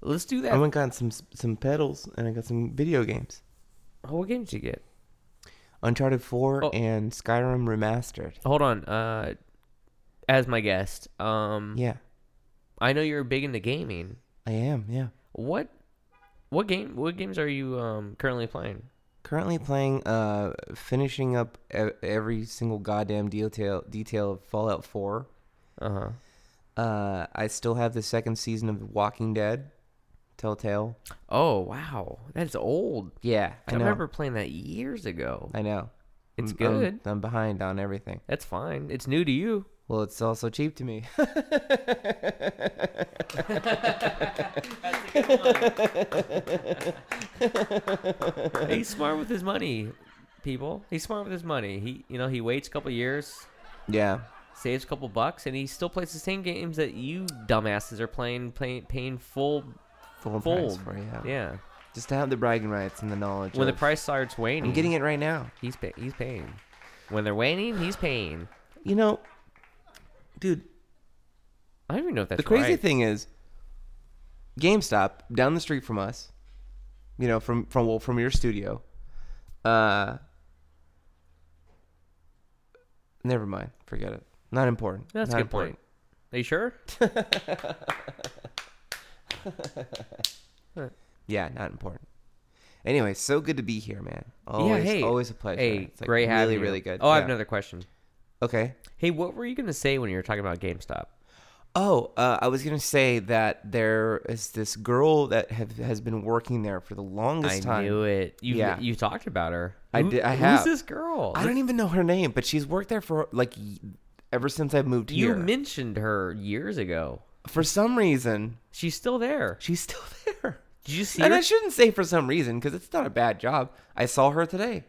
S3: Let's do
S1: I
S3: that.
S1: went and got some some pedals and I got some video games.
S3: Oh, what game did you get?
S1: Uncharted 4
S3: Oh.
S1: and Skyrim remastered.
S3: Hold on. Uh, as my guest, um,
S1: Yeah.
S3: I know you're big into gaming.
S1: I am. Yeah.
S3: What, what game? What games are you um currently playing?
S1: Currently playing, uh, finishing up e- every single goddamn detail detail of Fallout 4.
S3: Uh
S1: Uh-huh.
S3: huh.
S1: Uh, I still have the second season of The Walking Dead, Telltale.
S3: Oh wow, that's old.
S1: Yeah, I,
S3: I,
S1: know.
S3: remember playing that years ago.
S1: I know.
S3: It's
S1: I'm- I'm-
S3: good.
S1: I'm, behind on everything.
S3: That's fine. It's new to you.
S1: Well, it's also cheap to me.
S3: He's smart with his money, people. He's smart with his money. He, you know, he waits a couple years,
S1: yeah,
S3: saves a couple bucks, and he still plays the same games that you dumbasses are playing, playing paying full,
S1: full,
S3: full.
S1: price for you.
S3: yeah.
S1: Just to have the bragging rights and the knowledge.
S3: When the
S1: of-
S3: price starts waning,
S1: I'm getting it right now.
S3: He's pay- he's paying. When they're waning, he's paying.
S1: You know, dude,
S3: I don't even know if that's
S1: the crazy
S3: right.
S1: thing is, GameStop down the street from us, you know, from from well, from your studio. Uh, never mind, forget it. Not important.
S3: That's
S1: Not
S3: a good point. Are you sure?
S1: Yeah, not important. Anyway, so good to be here, man. Always,
S3: yeah. Hey.
S1: always a pleasure.
S3: Hey,
S1: it's like
S3: great having
S1: really,
S3: you.
S1: really good.
S3: Oh, I have
S1: Yeah.
S3: another question.
S1: Okay.
S3: Hey, what were you gonna say when you were talking about GameStop?
S1: Oh, uh, I was gonna say that there is this girl that have, has been working there for the longest
S3: I
S1: time.
S3: knew it. You
S1: Yeah.
S3: you talked about her.
S1: I
S3: Who-
S1: did- I have.
S3: Who's this girl?
S1: I don't even know her name, but she's worked there for like y- ever since I moved
S3: You
S1: here.
S3: mentioned her years ago.
S1: for some reason,
S3: She's still there.
S1: she's still there.
S3: Did you see
S1: And
S3: her?
S1: I shouldn't say for some reason because it's not a bad job. I saw her today,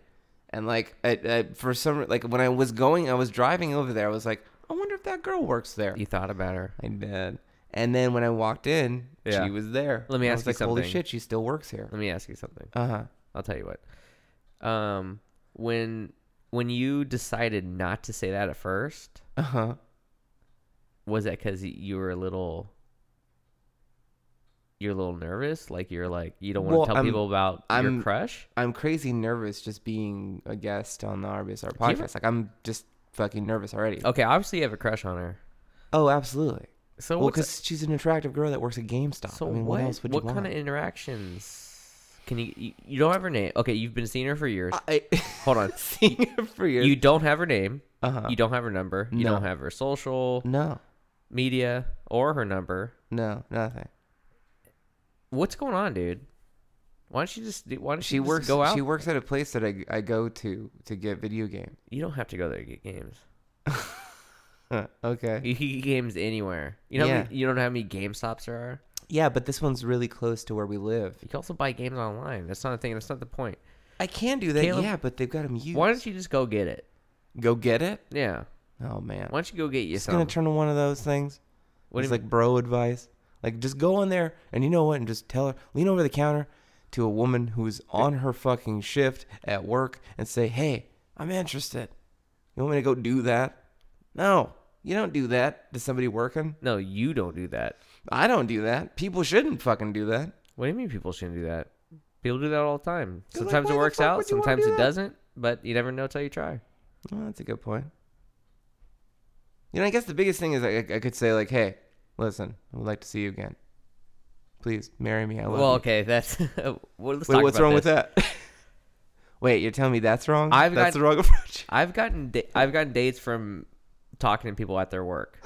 S1: and like I, I, for some like when I was going, I was driving over there. I was like, I wonder if that girl works there.
S3: you thought about her.
S1: I did. And then when I walked in,
S3: Yeah.
S1: she was there.
S3: Let me
S1: I
S3: ask
S1: was
S3: you
S1: like, Holy
S3: something.
S1: shit, she still works here.
S3: Let me ask you something.
S1: Uh huh.
S3: I'll tell you what. Um, when when you decided not to say that at first,
S1: Uh huh.
S3: was that because you were a little you're a little nervous like you're like you don't want to
S1: Well,
S3: tell
S1: I'm-
S3: people about your
S1: I'm-
S3: crush
S1: I'm crazy nervous just being a guest on the RBSR
S3: you ever-
S1: podcast. Like I'm just fucking nervous already.
S3: okay obviously you have a crush on her
S1: Oh, absolutely.
S3: so
S1: well,
S3: what's-
S1: because she's an attractive girl that works at GameStop.
S3: so
S1: I mean, what,
S3: what,
S1: else would
S3: what
S1: you want?
S3: kind of interactions can you, you you don't have her name okay you've been seeing her for years
S1: I,
S3: Hold on.
S1: seeing her for years.
S3: you don't have her name
S1: Uh-huh.
S3: you don't have her number you don't
S1: No.
S3: have her social
S1: no,
S3: media or her number
S1: no, nothing.
S3: what's going on dude why don't you just do- why don't
S1: She
S3: you just
S1: works.
S3: go out
S1: She works at a place that I, I go to to get video games.
S3: you don't have to go there to get games
S1: Huh, okay.
S3: You can get games anywhere. You know, how
S1: Yeah.
S3: many- you don't know how many GameStops there are.
S1: Yeah, but this one's really close to where we live.
S3: You can also buy games online. That's not a thing. That's not the point.
S1: I can do that.
S3: Caleb,
S1: yeah, but they've got them used.
S3: Why don't you just go get it?
S1: Go get it.
S3: Yeah.
S1: Oh man,
S3: Why don't you go get you
S1: it's gonna
S3: some?
S1: turn to one of those things.
S3: What do
S1: it's
S3: you
S1: like bro advice. Like just go on there and you know what, and just tell her, lean over the counter to a woman who's on her fucking shift at work and say, "Hey, I'm interested. You want me to go do that?" No, you don't do that to somebody working.
S3: no, you don't do that.
S1: I don't do that. People shouldn't fucking do that.
S3: What do you mean people shouldn't do that? People do that all the time.
S1: They're like,
S3: Sometimes
S1: "Why
S3: it
S1: the
S3: works
S1: fuck
S3: out.
S1: would you wanna
S3: Sometimes
S1: do
S3: it
S1: that?"
S3: doesn't. But you never know till you try.
S1: Well, that's a good point. You know, I guess the biggest thing is I, I could say like, "Hey, listen, I would like to see you again. Please marry me. I love
S3: well,
S1: you."
S3: okay, that's. well, let's
S1: Wait,
S3: talk
S1: what's
S3: about
S1: wrong
S3: this.
S1: with that? Wait, you're telling me that's wrong?
S3: I've
S1: that's
S3: got-
S1: the wrong approach.
S3: I've gotten da- I've gotten dates from talking to people at their work.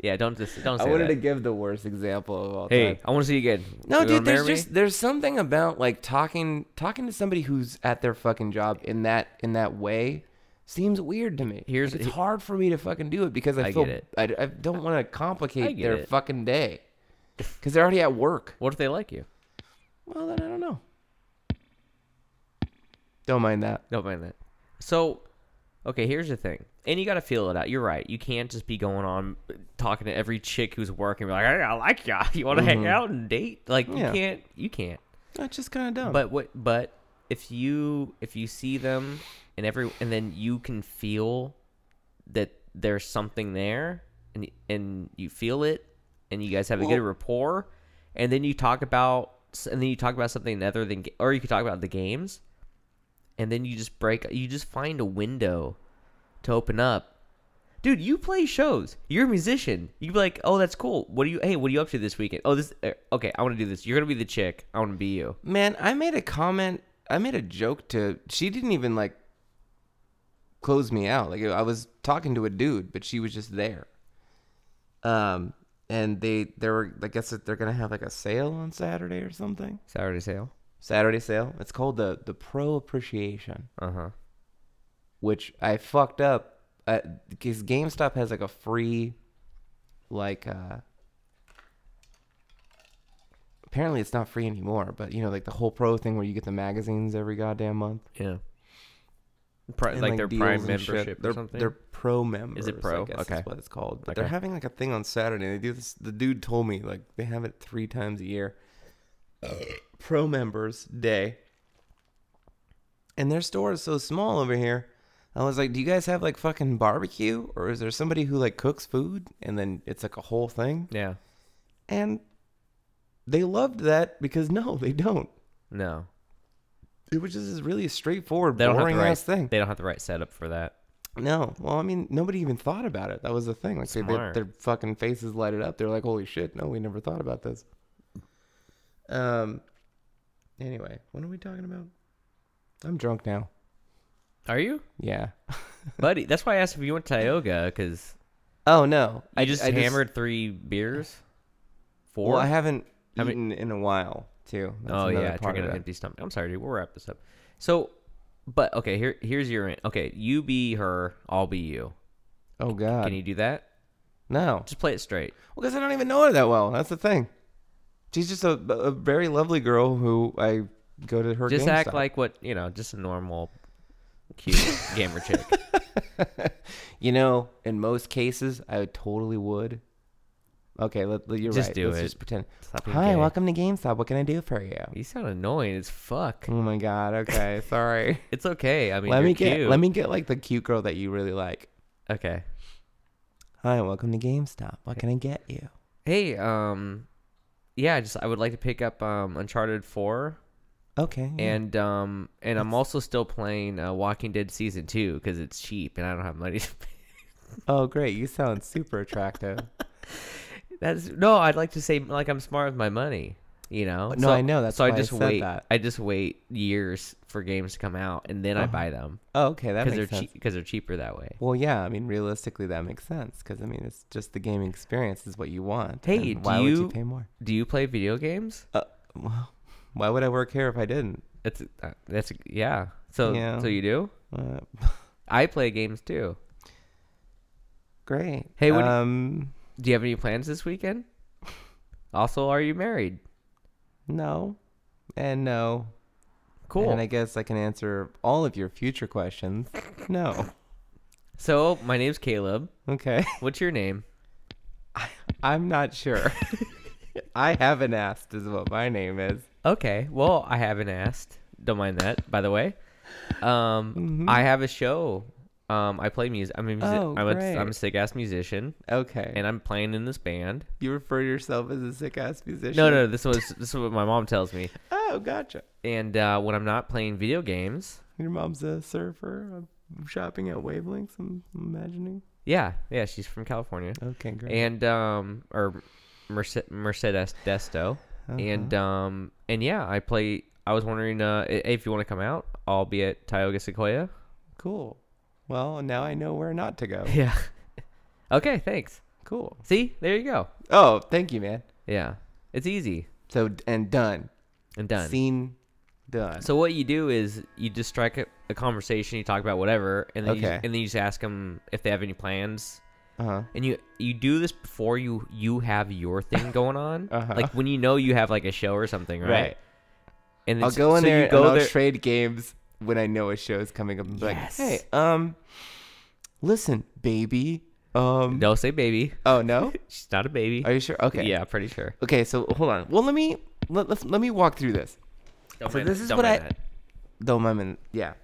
S3: yeah, don't just don't say
S1: I wanted
S3: that.
S1: to give the worst example of all
S3: hey,
S1: time.
S3: I want to see you again.
S1: No,
S3: You wanna
S1: dude, there's
S3: marry me?
S1: just there's something about like talking talking to somebody who's at their fucking job in that in that way seems weird to me.
S3: Here's-
S1: Like, it's hard for me to fucking do it because I,
S3: I
S1: feel
S3: get it.
S1: I, I don't want to
S3: I
S1: complicate
S3: get
S1: their
S3: it.
S1: fucking day because they're already at work.
S3: What if they like you?
S1: Well, then I don't know. Don't mind that.
S3: Don't mind that. So, okay, here's the thing. And you got to feel it out. You're right. You can't just be going on uh, talking to every chick who's working. Be like, hey, I like ya. You want to hang out and date? Like, you
S1: Yeah.
S3: can't. You can't.
S1: That's just kind of dumb.
S3: But what? But if you if you see them and every and then you can feel that there's something there and y- and you feel it and you guys have a good rapport and then you talk about s- and then you talk about something other than ga- or you could talk about the games and then you just break you just find a window to open up dude you play shows you're a musician you be like oh that's cool what do you hey what are you up to this weekend oh this uh, okay i want to do this you're gonna be the chick i want to be you
S1: Man, I made a comment. I made a joke to. She didn't even like close me out. Like I was talking to a dude, but she was just there. Um, and they they were. I guess that they're gonna have like a sale on Saturday or something.
S3: Saturday sale.
S1: Saturday sale. It's called the the Pro Appreciation,
S3: Uh huh.
S1: which I fucked up. uh 'cause GameStop has like a free, like uh. Apparently it's not free anymore, but you know, like the whole pro thing where you get the magazines every goddamn month.
S3: Yeah. Pri-
S1: and,
S3: like, their prime
S1: deals and shit.
S3: membership
S1: They're,
S3: or something.
S1: They're pro members.
S3: pro?
S1: I guess
S3: Okay.
S1: Is what it's called. But they're
S3: Okay.
S1: having like a thing on Saturday. They do this. The dude told me like they have it three times a year. pro members day. And their store is so small over here. I was like, do you guys have like fucking barbecue? Or is there somebody who like cooks food and then it's like a whole thing?
S3: Yeah.
S1: And they loved that because no, they don't.
S3: No.
S1: It was just this really straightforward,
S3: They don't have
S1: boring
S3: the right
S1: ass thing.
S3: They don't have the right setup for that.
S1: No, well, I mean, nobody even thought about it. That was the thing. Like, they, their,
S3: Smart.
S1: their fucking faces lighted up. They're like, "Holy shit! No, we never thought about this." Um. Anyway, what are we talking about? I'm drunk now.
S3: Are you,
S1: Yeah.
S3: buddy? That's why I asked if you went to Tioga because
S1: Oh no!
S3: I just hammered three beers. Four.
S1: well, I haven't
S3: How many-
S1: eaten in a while too. That's
S3: oh
S1: another
S3: yeah,
S1: part
S3: drinking
S1: of
S3: an
S1: it.
S3: empty stomach. I'm sorry, dude. We'll wrap this up. So, but okay, here here's your rant. Okay, you be her, I'll be you.
S1: Oh god.
S3: Can you do that?
S1: no.
S3: Just play it straight.
S1: Well, because I don't even know her that well. That's the thing. She's just a, a very lovely girl who I go to her.
S3: Just act
S1: GameStop.
S3: like what you know, just a normal, cute gamer chick.
S1: You know, in most cases, I totally would. Okay, let, let- you're
S3: Just
S1: right.
S3: do
S1: Let's
S3: it.
S1: just pretend.
S3: Stop being
S1: Hi,
S3: gay.
S1: welcome to GameStop. What can I do for you?
S3: You sound annoying as fuck.
S1: Oh my god. Okay, sorry.
S3: It's okay. I mean,
S1: let
S3: you're
S1: me get
S3: cute.
S1: let me get like the cute girl that you really like.
S3: Okay.
S1: Hi, welcome to GameStop. What can I get you?
S3: Hey, um, yeah, I just I would like to pick up um Uncharted Four,
S1: Okay. yeah.
S3: and um, and I'm also still playing uh, Walking Dead Season Two because it's cheap and I don't have money. to pay.
S1: oh, great. You sound super attractive.
S3: That's no, I'd like to say like I'm smart with my money. You know?
S1: No, I know, that's
S3: so
S1: why I
S3: I just
S1: said
S3: wait.
S1: that.
S3: I just wait years for games to come out and then I buy them
S1: oh, okay. That
S3: because they're
S1: makes sense.
S3: cheap because they're cheaper that way.
S1: Well, yeah. I mean, realistically, that makes sense because I mean, it's just the gaming experience is what you want.
S3: Hey,
S1: and
S3: do
S1: why would you
S3: you-
S1: pay more?
S3: Do you play video games?
S1: Uh, well, why would I work here if I didn't?
S3: That's uh, that's yeah. So
S1: Yeah.
S3: so you do?
S1: Uh,
S3: I play games too.
S1: Great.
S3: Hey, what do you-
S1: um,
S3: Do you have any plans this weekend? Also, are you married?
S1: no, and no,
S3: Cool.
S1: And I guess I can answer all of your future questions. No.
S3: so my name's Caleb.
S1: Okay.
S3: What's your name?
S1: I'm not sure. I haven't asked, is what my name is.
S3: Okay. Well, I haven't asked. Don't mind that, by the way. Um, I have a show. Um, I play music. I'm a music.
S1: Mm-hmm. Oh,
S3: I'm,
S1: great.
S3: a, I'm a sick ass musician,
S1: Okay.
S3: and I'm playing in this band.
S1: you refer to yourself as a sick ass musician.
S3: No, no, this was this is what my mom tells me.
S1: Oh, gotcha.
S3: And uh, when I'm not playing video games,
S1: Your mom's a surfer. I'm shopping at Wavelengths, I'm imagining.
S3: yeah, yeah, she's from California,
S1: Okay, great.
S3: and um, or Merce- Mercedes Desto,
S1: Uh-huh.
S3: and um, and yeah, I play. I was wondering uh, i- if you want to come out. I'll be at Tioga Sequoia.
S1: cool. Well, now I know where not to go.
S3: Yeah. okay. Thanks.
S1: cool.
S3: See, there you go.
S1: Oh, thank you, man.
S3: Yeah, it's easy
S1: So, and done.
S3: and done.
S1: Scene done.
S3: So what you do is you just strike a, a conversation, you talk about whatever, and then you,
S1: Okay.
S3: and then you just ask them if they have any plans,
S1: Uh-huh.
S3: and you you do this before you you have your thing going on,
S1: Uh-huh.
S3: like when you know you have like a show or something, right?
S1: Right.
S3: And
S1: I'll
S3: it's-
S1: go in
S3: so you
S1: there
S3: go
S1: and I'll
S3: there-
S1: trade games when I know a show is coming up. And be
S3: Yes.
S1: Like, hey, um, listen, baby. Um,
S3: don't say baby.
S1: oh no,
S3: She's not a baby.
S1: are you sure? Okay,
S3: Yeah, pretty sure.
S1: Okay, so hold on. Well, let me let let, let me walk through this.
S3: Don't
S1: So
S3: mind
S1: this
S3: that-
S1: is
S3: don't
S1: what
S3: mind
S1: I-
S3: that.
S1: Though I'm in, yeah.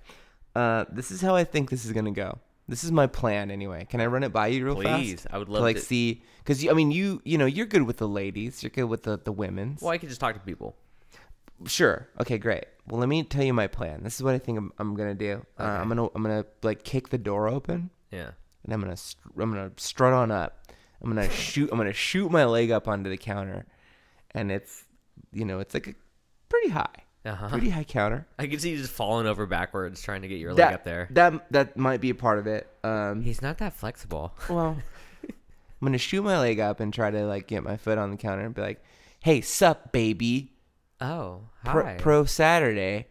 S1: Uh, this is how I think this is gonna go. This is my plan anyway. Can I run it by you real fast?
S3: Please, I would love
S1: like
S3: to-
S1: see because I mean you you know you're good with the ladies. You're good with the the women's.
S3: Well, I could just talk to people.
S1: Sure. Okay, great. Well, let me tell you my plan. This is what I think I'm, I'm gonna do. Uh, I'm gonna I'm gonna like kick the door open,
S3: Yeah.
S1: and I'm gonna str- I'm gonna strut on up. I'm gonna shoot I'm gonna shoot my leg up onto the counter, and it's you know it's like a pretty high,
S3: Uh-huh.
S1: pretty high counter.
S3: I can see you just falling over backwards trying to get your
S1: that
S3: leg up there.
S1: that that might be a part of it. Um,
S3: He's not that flexible.
S1: well, I'm gonna shoot my leg up and try to like get my foot on the counter and be like, "Hey, sup, baby."
S3: Oh,
S1: pro,
S3: hi.
S1: pro Saturday.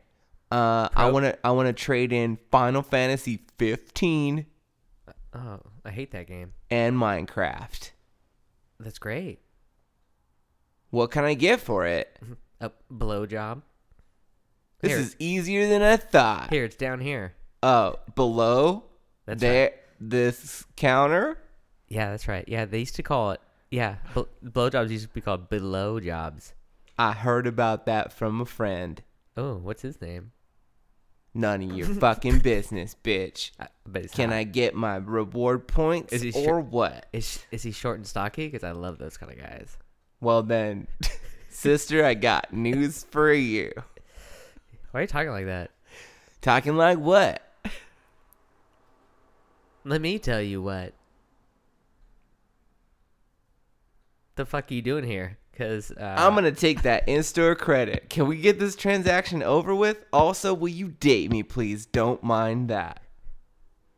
S1: Uh, I want to I want to trade in Final Fantasy 15
S3: oh, I hate that game.
S1: and Minecraft.
S3: That's great.
S1: What can I get for it?
S3: A blowjob.
S1: This
S3: Here.
S1: is easier than I thought.
S3: Here, it's down here.
S1: Oh, below
S3: That's
S1: there this counter.
S3: Yeah, that's right. Yeah, they used to call it. Yeah, bl- blowjobs used to be called below jobs.
S1: I heard about that from a friend.
S3: Oh, what's his name?
S1: None of your fucking business, bitch.
S3: I, but Uh, it's
S1: Can
S3: not.
S1: I get my reward points
S3: Is he
S1: or
S3: sure-
S1: what?
S3: Is is he short and stocky? Because I love those kind of guys.
S1: Well then, sister, I got news for you.
S3: Why are you talking like that?
S1: Talking like what?
S3: Let me tell you what. The fuck are you doing here? Because uh,
S1: I'm gonna take that in-store credit. Can we get this transaction over with? Also, will you date me, please? Don't mind that.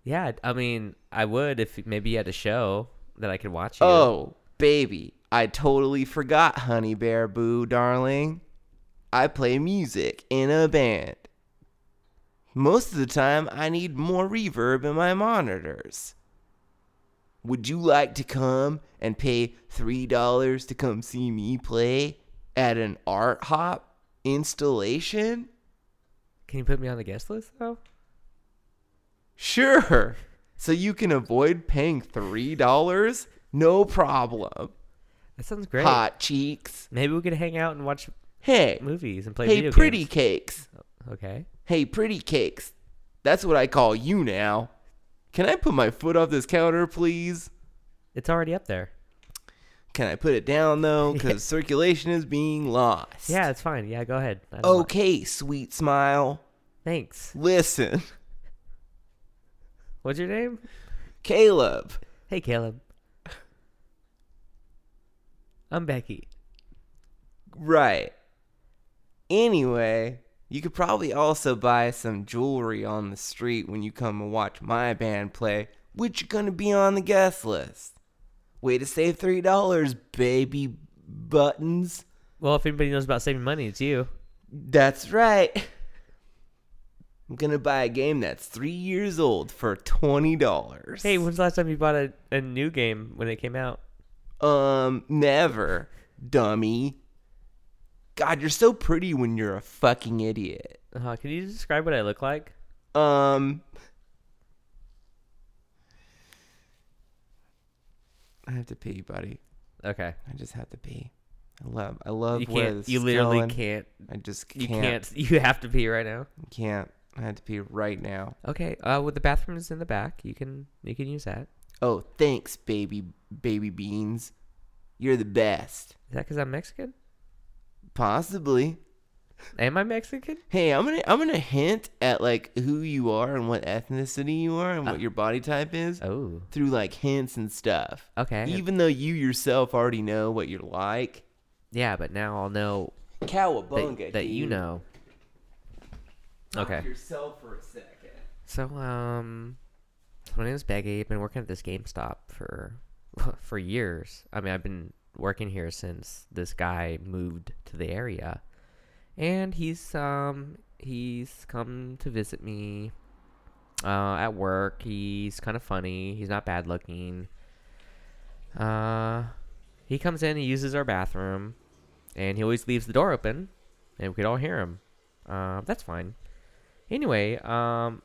S3: Yeah, I mean, I would if maybe you had a show that I could watch. You.
S1: Oh, baby, I totally forgot, honey bear boo, darling. I play music in a band. Most of the time, I need more reverb in my monitors. Would you like to come and pay $3 to come see me play at an art hop installation?
S3: can you put me on the guest list though?
S1: Sure. So you can avoid paying $3? No problem.
S3: That sounds great.
S1: Hot cheeks.
S3: Maybe we could hang out and watch
S1: Hey,
S3: movies and play
S1: hey,
S3: video
S1: pretty
S3: games. Oh,
S1: cakes.
S3: Okay.
S1: Hey, pretty cakes. That's what I call you now. Can I put my foot off this counter, please?
S3: It's already up there.
S1: Can I put it down though? Because circulation is being lost.
S3: Yeah, it's fine. Yeah, go ahead. I don't mind.
S1: Okay, sweet smile.
S3: Thanks.
S1: Listen,
S3: What's your name?
S1: Caleb.
S3: Hey, Caleb. I'm Becky.
S1: Right. Anyway, you could probably also buy some jewelry on the street when you come and watch my band play, which are gonna be on the guest list. Way to save three dollars, baby buttons.
S3: Well, if anybody knows about saving money, it's you.
S1: That's right. I'm gonna buy a game that's three years old for twenty dollars.
S3: Hey, when's the last time you bought a, a new game when it came out?
S1: um, never, dummy. God, you're so pretty when you're a fucking idiot.
S3: Uh, can you describe what I look like?
S1: Um, I have to pee, buddy.
S3: Okay.
S1: I just have to pee. I love. I love
S3: You
S1: where
S3: can't.
S1: this
S3: You
S1: is
S3: literally
S1: going.
S3: can't.
S1: I just can't.
S3: You can't. You have to pee right now.
S1: Can't. I have to pee right now.
S3: Okay. Uh, well, the bathroom is in the back. You can you can use that.
S1: Oh, thanks, baby, baby beans. You're the best.
S3: Is that because I'm Mexican?
S1: Possibly.
S3: Am I Mexican?
S1: Hey, I'm gonna I'm gonna hint at like who you are and what ethnicity you are and
S3: Uh.
S1: what your body type is
S3: Oh.
S1: through like hints and stuff.
S3: Okay.
S1: Even though you yourself already know what you're like.
S3: Yeah, but now I'll know that,
S1: Cowabunga.
S3: that you
S1: dude.
S3: know.
S1: Talk to
S3: Okay.
S1: Yourself for a second.
S3: So um, so my name's Becky. I've been working at this GameStop for for years. I mean, I've been working here since this guy moved to the area, and he's um he's come to visit me. Uh, at work, he's kind of funny. He's not bad looking. Uh, he comes in. He uses our bathroom, and he always leaves the door open, and we could all hear him. Uh, that's fine. Anyway, um,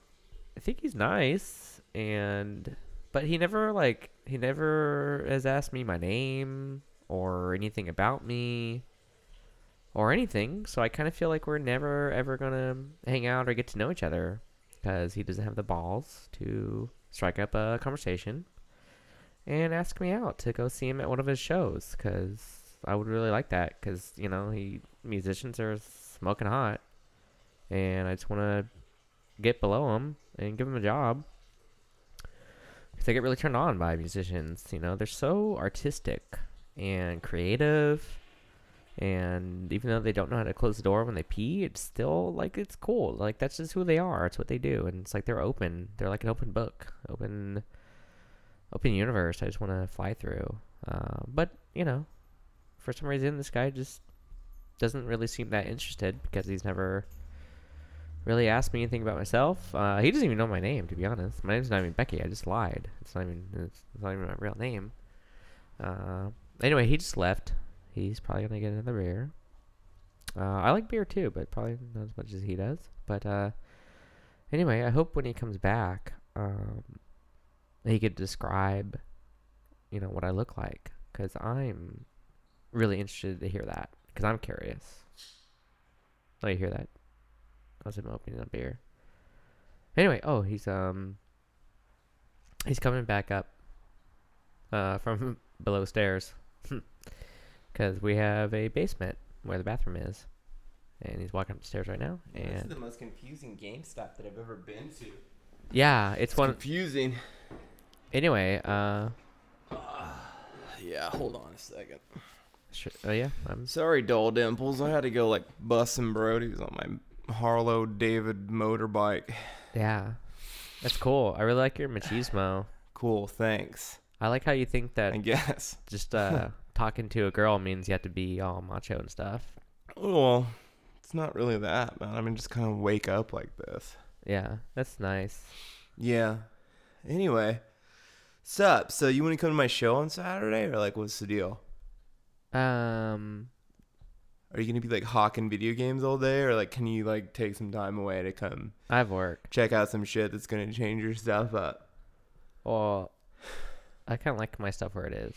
S3: I think he's nice and but he never like he never has asked me my name or anything about me or anything so I kind of feel like we're never ever gonna hang out or get to know each other because he doesn't have the balls to strike up a conversation and ask me out to go see him at one of his shows because I would really like that because you know he musicians are smoking hot and I just want to get below him and give him a job. 'Cause I get really turned on by musicians. You know, they're so artistic and creative. And even though they don't know how to close the door when they pee, it's still like it's cool. Like that's just who they are. It's what they do, and it's like they're open. They're like an open book, open, open universe. I just want to fly through. Uh, but you know, for some reason, this guy just doesn't really seem that interested because he's never really asked me anything about myself. Uh, he doesn't even know my name, to be honest. My name's not even Becky. I just lied. It's not even it's not even my real name. Uh, anyway, he just left. He's probably gonna get another beer. Uh, I like beer too, but probably not as much as he does. But uh, anyway, I hope when he comes back, um, he could describe, you know, what I look like, because I'm really interested to hear that. Because I'm curious. Oh, you hear that? I was him opening a beer. Anyway, oh, he's um, he's coming back up, uh, from below stairs, because we have a basement where the bathroom is, and he's walking upstairs right now. And
S1: most confusing GameStop that I've ever been to.
S3: yeah, it's one.
S1: Confusing.
S3: Anyway, uh,
S1: Yeah, hold on a second.
S3: sh- oh yeah, I'm
S1: Sorry, Doll Dimples. I had to go like busting Brody's on my Harlow David motorbike.
S3: yeah, that's cool. I really like your machismo.
S1: Cool, thanks.
S3: I like how you think that
S1: I guess.
S3: just uh talking to a girl means you have to be all macho and stuff.
S1: Oh, Well, it's not really that, man. I mean, just kind of wake up like this.
S3: Yeah, that's nice.
S1: Yeah. Anyway, sup? So you want to come to my show on Saturday, or like, what's the deal?
S3: Um,
S1: Are you gonna be like hawking video games all day, or like, can you like take some time away to come
S3: I have work.
S1: check out some shit that's gonna change your stuff up?
S3: Well, I kind of like my stuff where it is.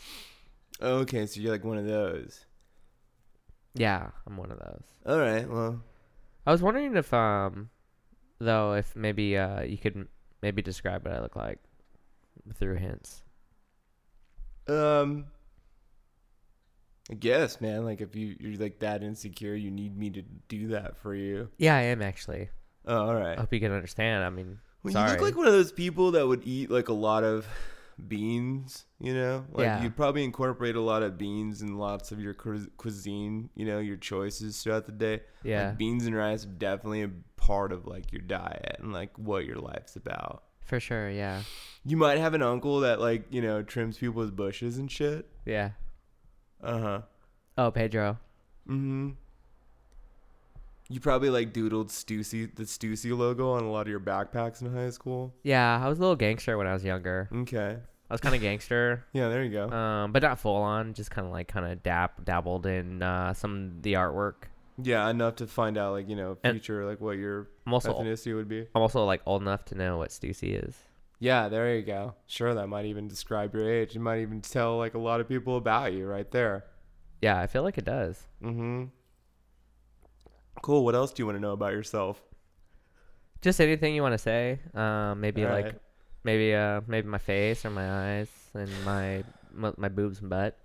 S1: Okay, so you're like one of those.
S3: Yeah, I'm one of those.
S1: All right. Well,
S3: I was wondering if um, though, if maybe uh, you could m- maybe describe what I look like through hints.
S1: Um, I guess, man. Like, if you you're like that insecure, you need me to do that for you.
S3: Yeah, I am actually.
S1: Oh, all right.
S3: I hope you can understand. I mean,
S1: Well,
S3: sorry.
S1: you look like one of those people that would eat like a lot of beans. You know, like
S3: Yeah.
S1: you'd probably incorporate a lot of beans in lots of your cu- cuisine. You know, your choices throughout the day. Like,
S3: Yeah.
S1: beans and rice are definitely a part of like your diet and like what your life's about.
S3: for sure. Yeah,
S1: You might have an uncle that like you know trims people's bushes and shit.
S3: yeah.
S1: Uh huh.
S3: Oh, Pedro.
S1: Mm-hmm. You probably like doodled Stussy the Stussy logo on a lot of your backpacks in high school.
S3: Yeah, I was a little gangster when I was younger.
S1: Okay.
S3: I was kind of gangster.
S1: Yeah, there you go.
S3: um, but not full on. Just kind of like kind of dab dabbled in uh, some of the artwork.
S1: yeah, enough to find out like, you know,
S3: and-
S1: future like what your
S3: I'm also-
S1: ethnicity would be.
S3: I'm also like old enough to know what Stussy is.
S1: Yeah, there you go. Sure, that might even describe your age. It might even tell like a lot of people about you right there.
S3: Yeah, I feel like it does.
S1: Mm-hmm. Cool. What else do you want to know about yourself?
S3: Just anything you want to say. Um, maybe
S1: All
S3: like,
S1: right.
S3: maybe uh, maybe my face or my eyes and my my, my boobs and butt.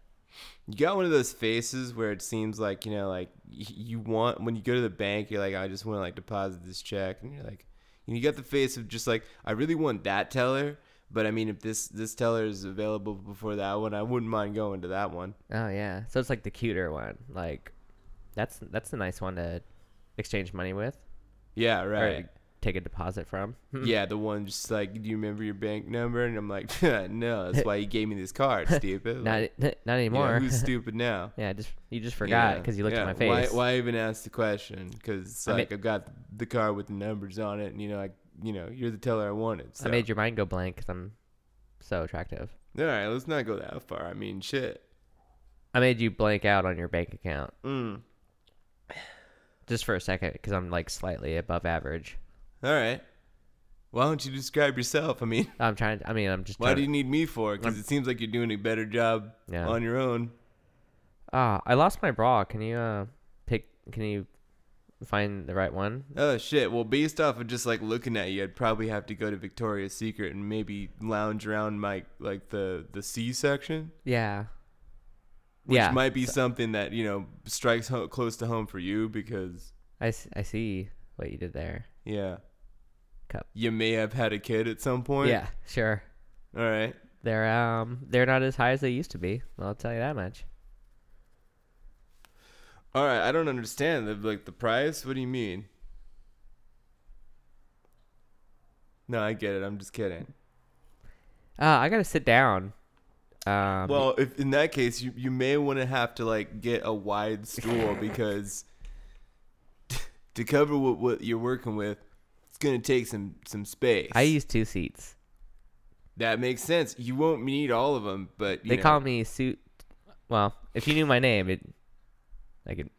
S1: You got one of those faces where it seems like you know, like y- you want when you go to the bank, you're like, I just want to like deposit this check, and you're like, and you got the face of just like, I really want that teller, but I mean, if this this teller is available before that one, I wouldn't mind going to that one.
S3: Oh yeah, so it's like the cuter one. Like, that's that's a nice one to exchange money with
S1: Yeah,
S3: or
S1: right.
S3: take a deposit from.
S1: Yeah, the one just like, do you remember your bank number? And I'm like, no, that's why you gave me this card, stupid.
S3: not
S1: Like,
S3: not
S1: you know,
S3: anymore.
S1: who's stupid now?
S3: yeah, just you just forgot
S1: Yeah,
S3: because you looked
S1: yeah.
S3: at my face.
S1: Why, why even ask the question? Because
S3: I
S1: like
S3: ma-
S1: I've got the car with the numbers on it, and you know, like you know, you're the teller I wanted. So.
S3: I made your mind go blank because I'm so attractive.
S1: All right, let's not go that far. I mean, shit.
S3: I made you blank out on your bank account
S1: Mm.
S3: just for a second because I'm like slightly above average.
S1: All right. Why don't you describe yourself? I mean,
S3: I'm trying. To, I mean, I'm just.
S1: why
S3: trying
S1: do you
S3: to-
S1: need me for? Because it seems like you're doing a better job
S3: Yeah.
S1: on your own.
S3: Ah, I lost my bra. Can you uh pick? Can you find the right one?
S1: Oh shit. Well, based off of just like looking at you, I'd probably have to go to Victoria's Secret and maybe lounge around my like the the C section,
S3: Yeah.
S1: which
S3: yeah.
S1: might be something that you know strikes ho- close to home for you because
S3: I, s- I see what you did there.
S1: yeah,
S3: Cup.
S1: you may have had a kid at some point.
S3: Yeah. Sure.
S1: All right.
S3: They're um they're not as high as they used to be. I'll tell you that much.
S1: All right. I don't understand the like the price. What do you mean? No, I get it. I'm just kidding.
S3: Uh, I gotta sit down. Um,
S1: Well, if in that case, you, you may want to have to like get a wide stool because to cover what, what you're working with, it's gonna take some some space.
S3: I use two seats.
S1: that makes sense. You won't need all of them, but you
S3: They
S1: know,
S3: call me suit. Well, if you knew my name, it, I could,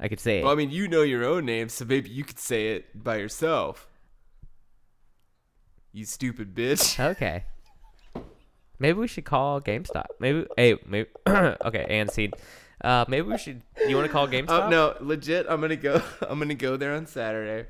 S3: I could say it.
S1: Well, I mean, you know your own name, so maybe you could say it by yourself. You stupid bitch.
S3: okay. Maybe we should call GameStop. Maybe. Hey. Maybe. okay. And seed. Uh, maybe we should. You want to call GameStop?
S1: Oh no, legit. I'm gonna go. I'm gonna go there on Saturday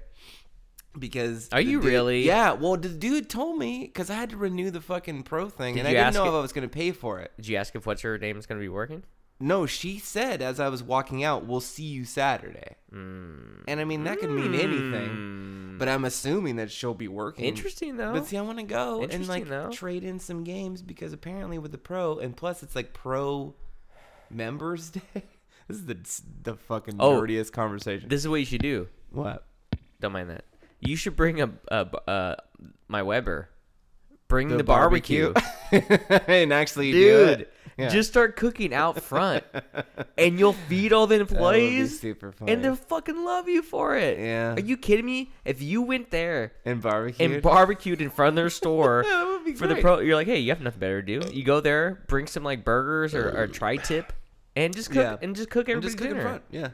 S1: because.
S3: Are
S1: the
S3: you
S1: dude-
S3: really?
S1: Yeah. Well, the dude told me because I had to renew the fucking pro thing,
S3: Did
S1: and I
S3: you
S1: didn't
S3: ask
S1: know
S3: it-
S1: if I was gonna pay for it.
S3: Did you ask if what's your name is going to be working?
S1: No, she said as I was walking out, "We'll see you Saturday."
S3: Hmm.
S1: And I mean that could mean anything, but I'm assuming that she'll be working.
S3: Interesting though.
S1: But see, I want to go and
S3: Interesting,
S1: like
S3: though.
S1: trade in some games because apparently with the pro, and plus it's like pro members day. this is the the fucking
S3: Oh.
S1: dirtiest conversation.
S3: this is what you should do.
S1: what?
S3: Don't mind that. You should bring a, a b- uh, my Weber. Bring the,
S1: the
S3: barbecue.
S1: barbecue, and actually, dude,
S3: Dude, just start cooking out front, and you'll feed all the
S1: would be
S3: employees,
S1: super
S3: and they'll
S1: funny.
S3: fucking love you for it.
S1: Yeah.
S3: Are you kidding me? If you went there
S1: and barbecue
S3: and barbecued in front of their store
S1: Yeah, that would be
S3: for the
S1: great.
S3: pro, you're like, hey, you have nothing better to do. You go there, bring some like burgers or, or tri-tip, and just cook and just cook
S1: And
S3: everybody's
S1: cook in
S3: dinner.
S1: front, Yeah.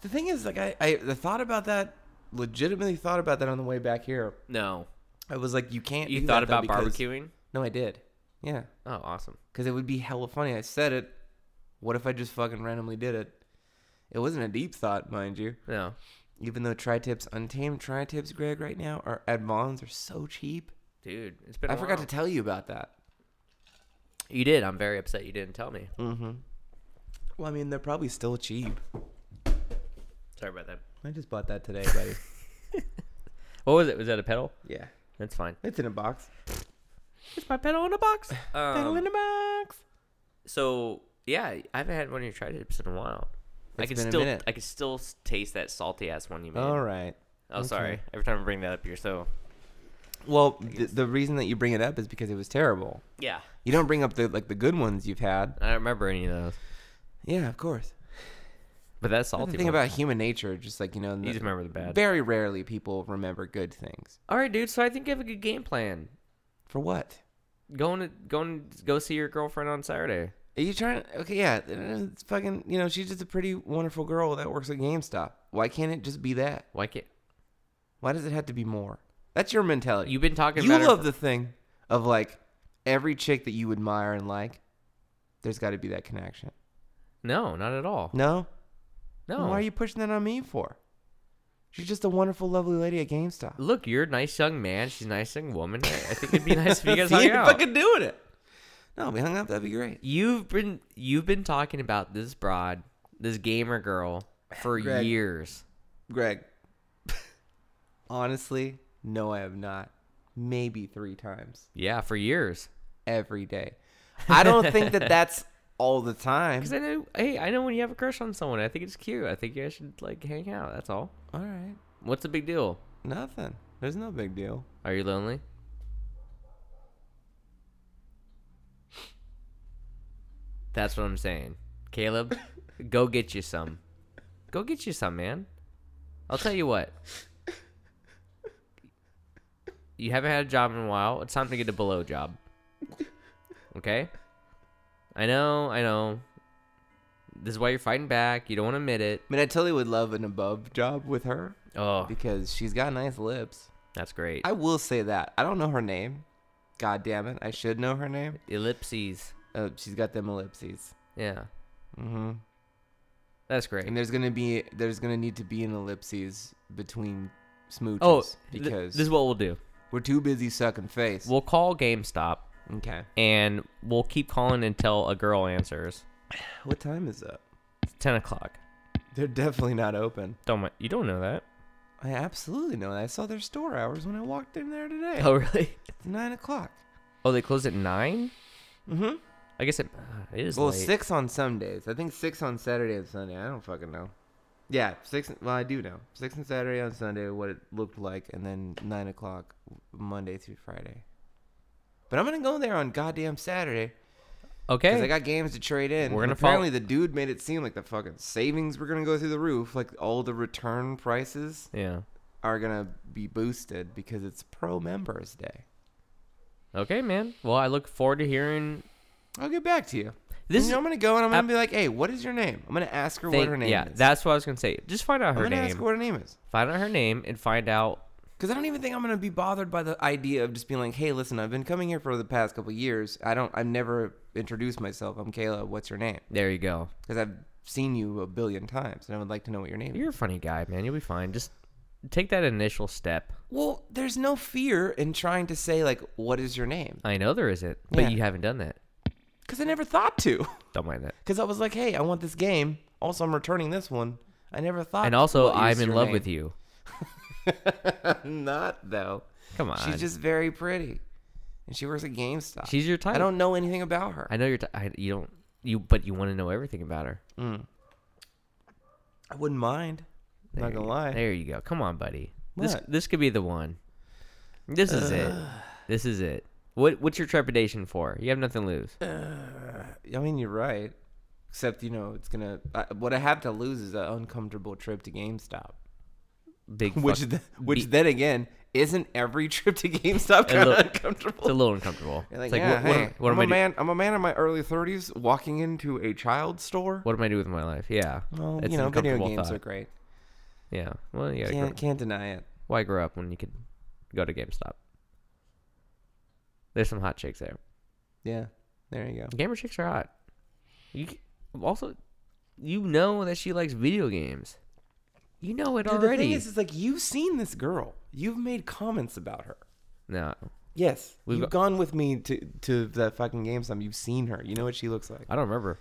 S1: The thing is, like, I, I the thought about that, legitimately thought about that on the way back here.
S3: No,
S1: I was like, you can't.
S3: you
S1: do
S3: thought
S1: that, though,
S3: about
S1: because-
S3: barbecuing?
S1: No, I did. Yeah,
S3: Oh, awesome.
S1: because it would be hella funny. I said it. What if I just fucking randomly did it? It wasn't a deep thought, mind you.
S3: No,
S1: Even though tri tips, untamed tri tips, Greg, right now are at Vons are so cheap.
S3: dude, it's been. I
S1: I forgot to tell you about that.
S3: you did. I'm very upset you didn't tell me.
S1: Well, I mean, they're probably still cheap.
S3: Sorry about that.
S1: I just bought that today, buddy.
S3: What was it? Was that a pedal?
S1: yeah,
S3: That's fine.
S1: it's in a box.
S3: It's my pedal in a box.
S1: Pedal
S3: Um,
S1: in a box.
S3: so yeah, I haven't had one of your tri tips in a while. I
S1: It's
S3: can
S1: been a
S3: still
S1: minute.
S3: I can still s- taste that salty ass one you made.
S1: All right.
S3: Oh, sorry. Every time I bring that up, you're so
S1: Well, th- the reason that you bring it up is because it was terrible.
S3: yeah.
S1: You don't bring up the like the good ones you've had.
S3: I don't remember any of those.
S1: Yeah, of course.
S3: But
S1: That's
S3: that's salty.
S1: the thing
S3: one.
S1: about human nature, just like you know,
S3: you just remember the bad.
S1: Very rarely people remember good things.
S3: All right, dude. So I think you have a good game plan.
S1: For what?
S3: Going to going to go see your girlfriend on Saturday.
S1: Are you trying? Okay, yeah, uh, it's fucking. You know, she's just a pretty wonderful girl that works at GameStop. Why can't it just be that?
S3: Why can't
S1: Why does it have to be more? That's your mentality.
S3: you've been talking
S1: you
S3: about her
S1: love
S3: for-
S1: the thing of like every chick that you admire and like. There's got to be that connection.
S3: No, not at all.
S1: No,
S3: No.
S1: Then Why are you pushing that on me for? She's just a wonderful, lovely lady at GameStop.
S3: Look, you're a nice young man. She's a nice young woman. I I think it'd be nice if you guys
S1: See,
S3: hung
S1: you're
S3: out.
S1: fucking doing it. No, we hung up. That'd be great.
S3: You've been you've been talking about this broad, this gamer girl for
S1: Greg.
S3: years.
S1: Greg, honestly, no, I have not. Maybe three times
S3: Yeah, for years.
S1: every day. I don't think that that's all the time.
S3: Because I know, hey, I know when you have a crush on someone. I think it's cute. I think you guys should like hang out. That's all.
S1: All right,
S3: What's the big deal?
S1: nothing. There's no big deal.
S3: Are you lonely? That's what I'm saying. Caleb, go get you some. Go get you some, man. I'll tell you what. You haven't had a job in a while. It's time to get a below job. Okay? I know, I know. This is why you're fighting back. You don't want to admit it.
S1: I mean, I totally would love an above job with her
S3: Oh,
S1: because she's got nice lips.
S3: that's great.
S1: I will say that. I don't know her name. God damn it. I should know her name.
S3: Ellipses.
S1: Uh, she's got them ellipses.
S3: Yeah.
S1: Mm-hmm.
S3: That's great.
S1: And there's gonna be there's gonna need to be an ellipses between smooches
S3: Oh, th-
S1: because
S3: this is what we'll do.
S1: we're too busy sucking face.
S3: We'll call GameStop
S1: okay.
S3: and we'll keep calling until a girl answers.
S1: What time is up?
S3: It's ten o'clock.
S1: They're definitely not open.
S3: Don't mi- you don't know that?
S1: I absolutely know. that. I saw their store hours when I walked in there today.
S3: Oh really?
S1: It's nine o'clock.
S3: Oh, they close at nine.
S1: Mm-hmm.
S3: I guess it, uh, it is
S1: Well,
S3: late.
S1: six on some days. I think six on Saturday and Sunday. I don't fucking know. Yeah, six. Well, I do know six on Saturday on Sunday what it looked like, and then nine o'clock Monday through Friday. But I'm gonna go there on goddamn Saturday. Because
S3: Okay.
S1: I got games to trade in.
S3: We're
S1: and
S3: gonna
S1: apparently the dude made it seem like the fucking savings were gonna go through the roof. Like all the return prices
S3: yeah.
S1: are gonna be boosted because it's pro members day.
S3: Okay, man. Well, I look forward to hearing.
S1: I'll get back to you.
S3: This
S1: This
S3: is-
S1: I'm gonna go and I'm gonna
S3: I-
S1: be like, hey, what is your name? I'm gonna ask her what
S3: Thank-
S1: her name
S3: yeah,
S1: is.
S3: that's what I was gonna say. Just find out
S1: I'm
S3: her
S1: gonna ask
S3: name.
S1: her what her name is.
S3: Find out her name and find out.
S1: Because I don't even think I'm gonna be bothered by the idea of just being like, hey, listen, I've been coming here for the past couple years. I don't I've never introduced myself. I'm Kayla, what's your name?
S3: There you go.
S1: Because I've seen you a billion times, and I would like to know what your name is.
S3: You're a funny guy, man. You'll be fine. Just take that initial step.
S1: Well, there's no fear in trying to say like, "What is your name?"
S3: I know there isn't, but
S1: Yeah.
S3: you haven't done that.
S1: Because I never thought to.
S3: Don't mind that.
S1: Because I was like, "Hey, I want this game. Also, I'm returning this one." I never thought.
S3: And also,
S1: "What is
S3: I'm in
S1: your
S3: love
S1: name?"
S3: with you.
S1: Not though.
S3: Come on.
S1: She's just very pretty, and she works at GameStop.
S3: She's your type.
S1: I don't know anything about her.
S3: I know you're. T- I, you don't. You but you want to know everything about her.
S1: I wouldn't mind. I'm not
S3: There
S1: gonna
S3: you-
S1: lie.
S3: There you go. Come on, buddy. This
S1: What?
S3: this could be the one. This is it. This is it. What what's your trepidation for? You have nothing to lose.
S1: I mean, you're right. Except, you know, it's gonna. I, what I have to lose is an uncomfortable trip to GameStop,
S3: Big
S1: which,
S3: fuck-
S1: th- which
S3: be-
S1: then again, isn't every trip to GameStop
S3: a
S1: kind
S3: little-
S1: of uncomfortable?
S3: It's a little uncomfortable.
S1: You're like,
S3: it's like
S1: yeah,
S3: what, what, am-
S1: hey,
S3: what
S1: I'm
S3: am I
S1: a
S3: do-
S1: man. I'm a man in my early 30s walking into a child store.
S3: What am I doing with my life? Yeah.
S1: Well,
S3: it's
S1: you
S3: an
S1: know, video
S3: uncomfortable
S1: games
S3: thought.
S1: are great.
S3: Yeah. Well, yeah.
S1: Can't can't deny it.
S3: Why grow up when you could go to GameStop? There's some hot chicks there.
S1: Yeah, there you go.
S3: Gamer chicks are hot. You c- also, you know that she likes video games. You know it
S1: Dude, the
S3: already.
S1: thing is, is like you've seen this girl. You've made comments about her.
S3: no,
S1: Yes,
S3: We've
S1: you've
S3: go-
S1: gone with me to to that fucking GameStop. You've seen her. You know what she looks like.
S3: I don't remember.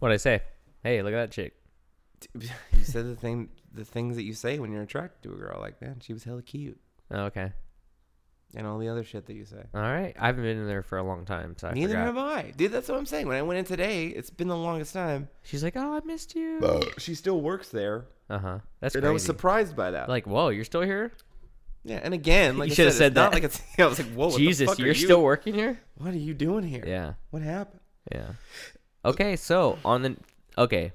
S3: What would I say? Hey, look at that chick.
S1: you said the thing the things that you say when you're attracted to a girl like man she was hella cute
S3: Oh, okay.
S1: and all the other shit that you say
S3: All right. I haven't been in there for a long time, so I
S1: neither
S3: forgot.
S1: have i dude that's what i'm saying when i went in today it's been the longest time
S3: She's like, oh, I missed you.
S1: she still works there
S3: Uh huh. That's
S1: and
S3: crazy.
S1: i was surprised by that
S3: Like, whoa, you're still here?
S1: yeah and again like
S3: You
S1: I
S3: should've
S1: it's
S3: said
S1: not
S3: that.
S1: like it's, i was like whoa what the
S3: Jesus,
S1: fuck are
S3: you're
S1: you-
S3: still working here?
S1: what are you doing here
S3: Yeah.
S1: what happened
S3: Yeah. Okay, so on the okay,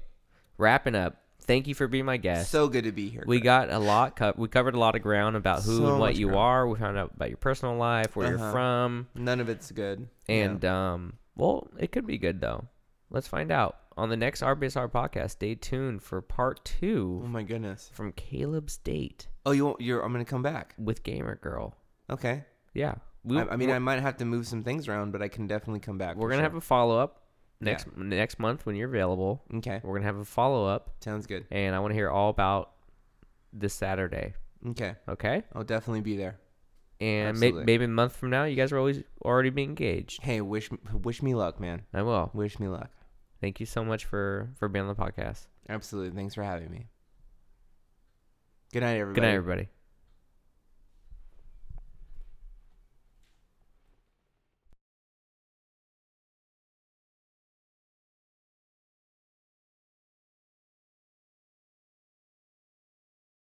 S3: wrapping up. Thank you for being my guest.
S1: so good to be here
S3: we
S1: Chris.
S3: got a lot. Co- we covered a lot of ground about who
S1: So
S3: and what
S1: much
S3: you
S1: ground.
S3: are. We found out about your personal life, where you're
S1: Uh-huh.
S3: from,
S1: none of it's good
S3: and
S1: yeah.
S3: um, well, it could be good though. Let's find out on the next RBSR podcast. Stay tuned for part
S1: oh
S3: two
S1: my goodness
S3: from Caleb's date
S1: oh you won't- you're i'm gonna come back
S3: with Gamer Girl.
S1: okay
S3: Yeah, we,
S1: I, I mean
S3: we're,
S1: i might have to move some things around but i can definitely come back
S3: we're
S1: for
S3: gonna have
S1: sure.
S3: a follow up next next month when you're available.
S1: okay
S3: We're gonna have a follow up.
S1: sounds good
S3: and I want to hear all about this Saturday.
S1: okay
S3: Okay,
S1: I'll definitely be there.
S3: and may-
S1: Absolutely.
S3: maybe a month from now, you guys are always already be engaged.
S1: Hey, wish wish me luck, man.
S3: I will.
S1: Wish me luck.
S3: Thank you so much for for being on the podcast.
S1: Absolutely. Thanks for having me. Good night, everybody.
S3: Good night, everybody.